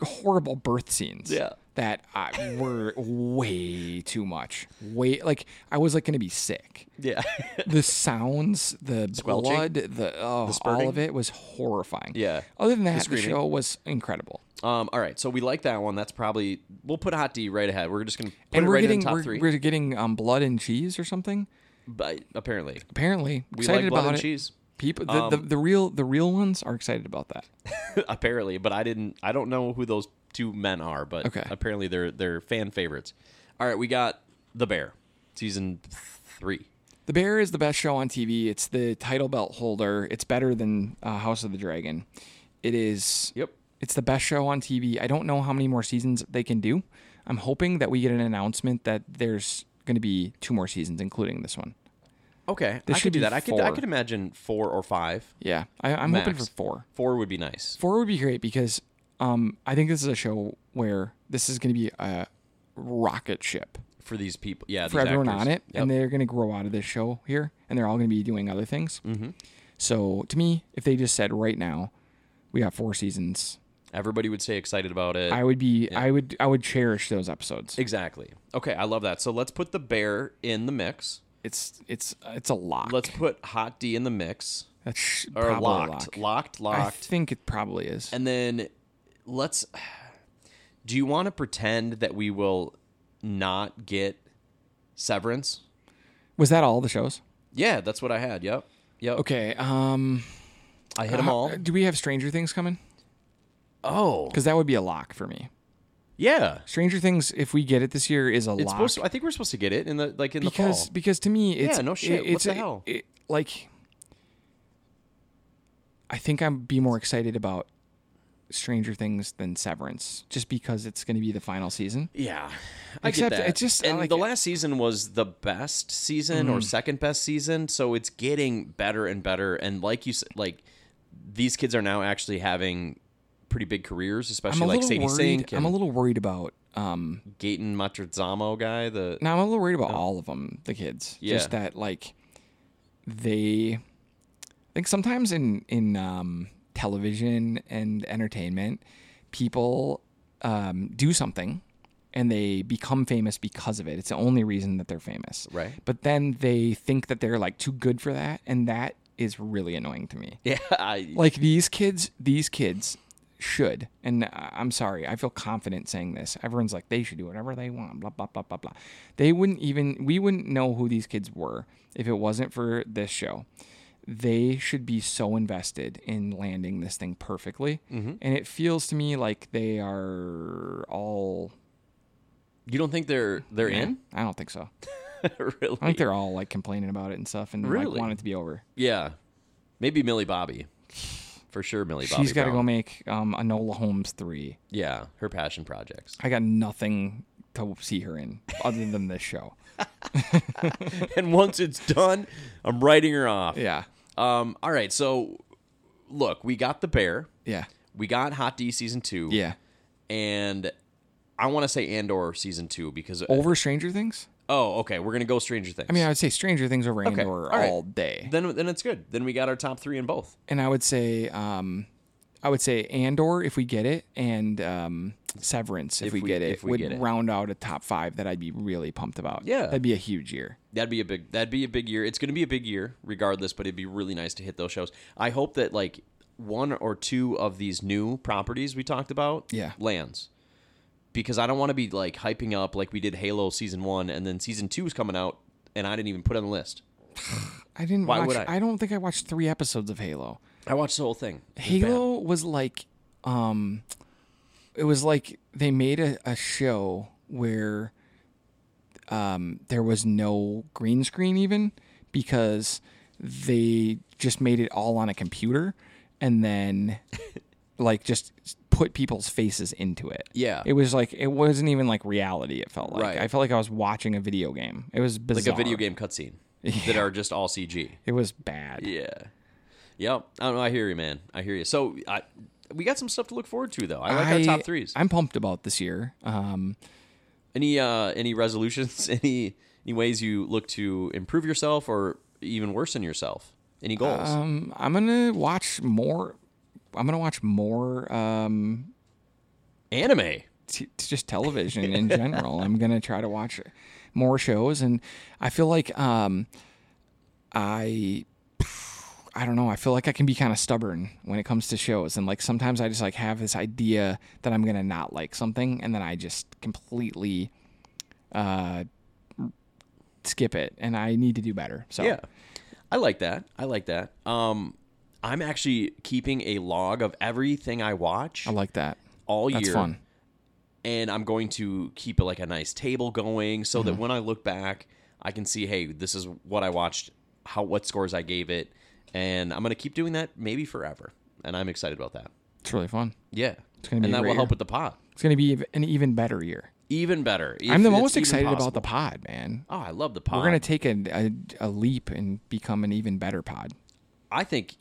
A: horrible birth scenes.
B: Yeah.
A: That I, were way too much. Way like I was like going to be sick.
B: Yeah.
A: The sounds, the
B: Squelching?
A: blood, the oh, all
B: spurting?
A: of it was horrifying.
B: Yeah.
A: Other than that, the,
B: screaming.
A: show was incredible.
B: Um, all right, so we like that one. That's probably we'll put Hot D right ahead. We're just gonna put
A: and
B: it
A: we're
B: right
A: getting
B: in top
A: we're,
B: 3
A: we're getting um, blood and cheese or something.
B: but apparently,
A: Apparently,
B: we
A: excited
B: like blood
A: about
B: and
A: it.
B: cheese. Um,
A: People, the, the, the real the real ones are excited about that.
B: apparently, but I didn't. I don't know who those two men are, but
A: Okay.
B: apparently they're they're fan favorites. All right, we got the Bear season three.
A: The Bear is the best show on TV. It's the title belt holder. It's better than uh, House of the Dragon. It is.
B: Yep.
A: It's the best show on TV. I don't know how many more seasons they can do. I'm hoping that we get an announcement that there's going to be two more seasons, including this one.
B: Okay,
A: There
B: I
A: should
B: could do
A: be
B: that. I could I
A: four.
B: could imagine four or five.
A: Yeah, I, I'm hoping for
B: Max.
A: four.
B: Four would be nice.
A: Four would be great because um, I think this is a show where this is going to be a rocket ship
B: for these people. Yeah,
A: for
B: these
A: everyone
B: actors.
A: on it,
B: Yep.
A: and they're going to grow out of this show here, and they're all going to be doing other things. Mm-hmm. So to me, if they just said right now, we got four seasons,
B: everybody would stay excited about it.
A: I would be, I would, I would cherish those episodes.
B: exactly. Okay, I love that. So let's put the Bear in the mix.
A: It's, it's, it's a lock.
B: Let's put Hot D in the mix.
A: That's sh-
B: or
A: probably
B: locked,
A: a lock.
B: locked,
A: I
B: locked,
A: think it probably is.
B: and then let's. Do you want to pretend that we will not get Severance?
A: Was that all the shows?
B: Yeah, that's what I had. Yep, yep.
A: Okay. Um,
B: I hit them all.
A: uh, do we have Stranger Things coming?
B: Oh,
A: Because that would be a lock for me.
B: yeah.
A: Stranger Things, if we get it this year, is a
B: It's
A: lock.
B: supposed. To, I think we're supposed to get it in the like in
A: because
B: the fall.
A: because to me it's
B: Yeah, no shit.
A: it- it's
B: What the hell?
A: it- like I think I'd be more excited about Stranger Things than Severance just because it's going to be the final season.
B: Yeah, I
A: Except
B: get that.
A: it's just, I
B: and
A: like
B: the
A: it. Mm.
B: last season was the best season or second best season, so it's getting better and better. And like you said, like these kids are now actually having pretty big careers,
A: I'm a
B: especially like
A: little
B: Sadie
A: worried.
B: Sink
A: I'm
B: and
A: a little worried about um
B: Gaten Matruzamo guy. The
A: now I'm a little worried about all of them, the kids.
B: Oh. Yeah.
A: Just that like they I think sometimes in in um television and entertainment, people um do something and they become famous because of it. It's the only reason that they're famous.
B: Right.
A: But then they think that they're like too good for that and that is really annoying to me
B: yeah, I,
A: like these kids these kids should and I- i'm sorry i feel confident saying this everyone's like they should do whatever they want blah blah blah blah blah they wouldn't even we wouldn't know who these kids were if it wasn't for this show they should be so invested in landing this thing perfectly
B: Mm-hmm.
A: and it feels to me like they are all
B: you don't think they're they're in
A: i don't think so
B: really?
A: i think they're all like complaining about it and stuff and like
B: Really?
A: want it to be over
B: yeah, maybe Millie Bobby, for sure. Millie Bobby.
A: she's got to
B: Brown.
A: go make um, a nola holmes 3
B: Yeah, her passion projects.
A: I got nothing to see her in other than this show.
B: and once it's done, I'm writing her off.
A: Yeah.
B: Um, all right, so look, we got the bear,
A: Yeah.
B: we got Hot D season two,
A: Yeah.
B: and I want to say Andor season two because
A: Over Stranger Things?
B: oh, okay, we're gonna go Stranger Things.
A: I mean, I would say Stranger Things over
B: Okay,
A: Andor
B: all right.
A: all day.
B: then then it's good. Then we got our top three in both.
A: and I would say, um, I would say Andor if we get it, and um, Severance if, we,
B: we-
A: get it,
B: if we
A: would
B: get it.
A: round out a top five that I'd be really pumped about.
B: Yeah.
A: that'd be a huge year.
B: That'd be a big that'd be a big year. It's going to be a big year regardless, but it'd be really nice to hit those shows. I hope that like one or two of these new properties we talked about
A: Yeah.
B: lands. Because I don't want to be like hyping up like we did Halo season 1 and then season 2 is coming out and I didn't even put it on the list.
A: I didn't.
B: Why
A: watch,
B: would I?
A: don't think I watched three episodes of Halo.
B: I watched the whole thing. It was
A: Halo was like, um, it was like they made a, a show where, um, there was no green screen even because they just made it all on a computer and then, like, just put people's faces into it.
B: Yeah.
A: it was like it wasn't even like reality. It felt like
B: Right.
A: I felt like I was watching a video game. It was
B: bad.
A: bizarre.
B: like a video game cutscene that are just all CG.
A: It was bad.
B: Yeah. Yep. I don't know. I hear you, man. I hear you. So I we got some stuff to look forward to though. I like our top threes.
A: I'm pumped about this year. Um,
B: Any uh any resolutions? Any any ways you look to improve yourself or even worsen yourself? Any goals?
A: Um, I'm gonna watch more. I'm gonna watch more. Um,
B: Anime.
A: t- t- just television in general. I'm gonna try to watch more shows, and I feel like um, I. I don't know. I feel like I can be kind of stubborn when it comes to shows, and like sometimes I just like have this idea that I'm gonna not like something, and then I just completely uh, skip it, and I need to do better. So
B: Yeah. I like that. I like that. Um I'm actually keeping a log of everything I watch
A: I like that.
B: all year.
A: That's fun.
B: and I'm going to keep like a nice table going so
A: Mm-hmm.
B: that when I look back, I can see, hey, this is what I watched, how what scores I gave it, and I'm gonna keep doing that maybe forever, and I'm excited about that.
A: It's really fun.
B: Yeah,
A: gonna be
B: and
A: a great
B: that will
A: year.
B: help with the pot.
A: It's going to be ev- an even better year.
B: Even better. if
A: I'm the
B: it's
A: most
B: even
A: excited about the
B: possible.
A: pod, man.
B: Oh, I love the pod.
A: We're going to take a, a, a leap and become an even better pod.
B: I think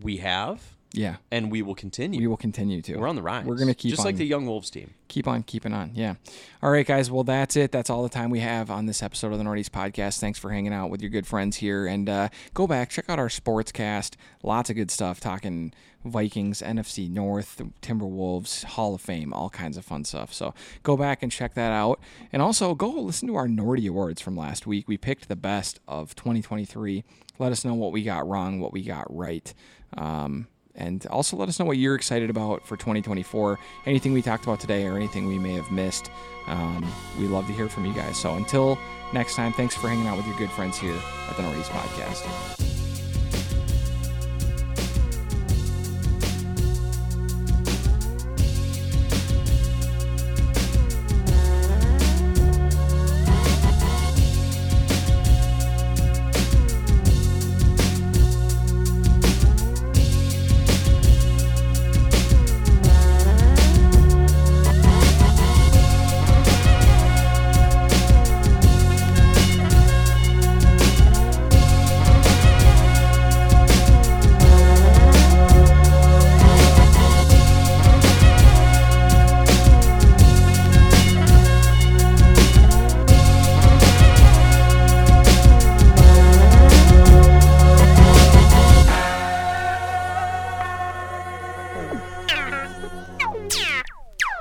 B: we have,
A: Yeah.
B: and we will continue.
A: We will continue to.
B: We're on the rise.
A: We're going to keep
B: just
A: on,
B: like the Young Wolves team.
A: keep on keeping on. Yeah. All right, guys. Well, that's it. That's all the time we have on this episode of the Northeast Podcast. Thanks for hanging out with your good friends here. And uh, go back, check out our sports cast. Lots of good stuff talking Vikings, NFC North, Timberwolves, Hall of Fame, all kinds of fun stuff. So go back and check that out. And also go listen to our Nordy Awards from last week. We picked the best of 2023. Let us know what we got wrong, what we got right. Um, and also let us know what you're excited about for 2024. Anything we talked about today or anything we may have missed. Um, we love to hear from you guys. So until next time, thanks for hanging out with your good friends here at the Northeast Podcast.
C: Ah!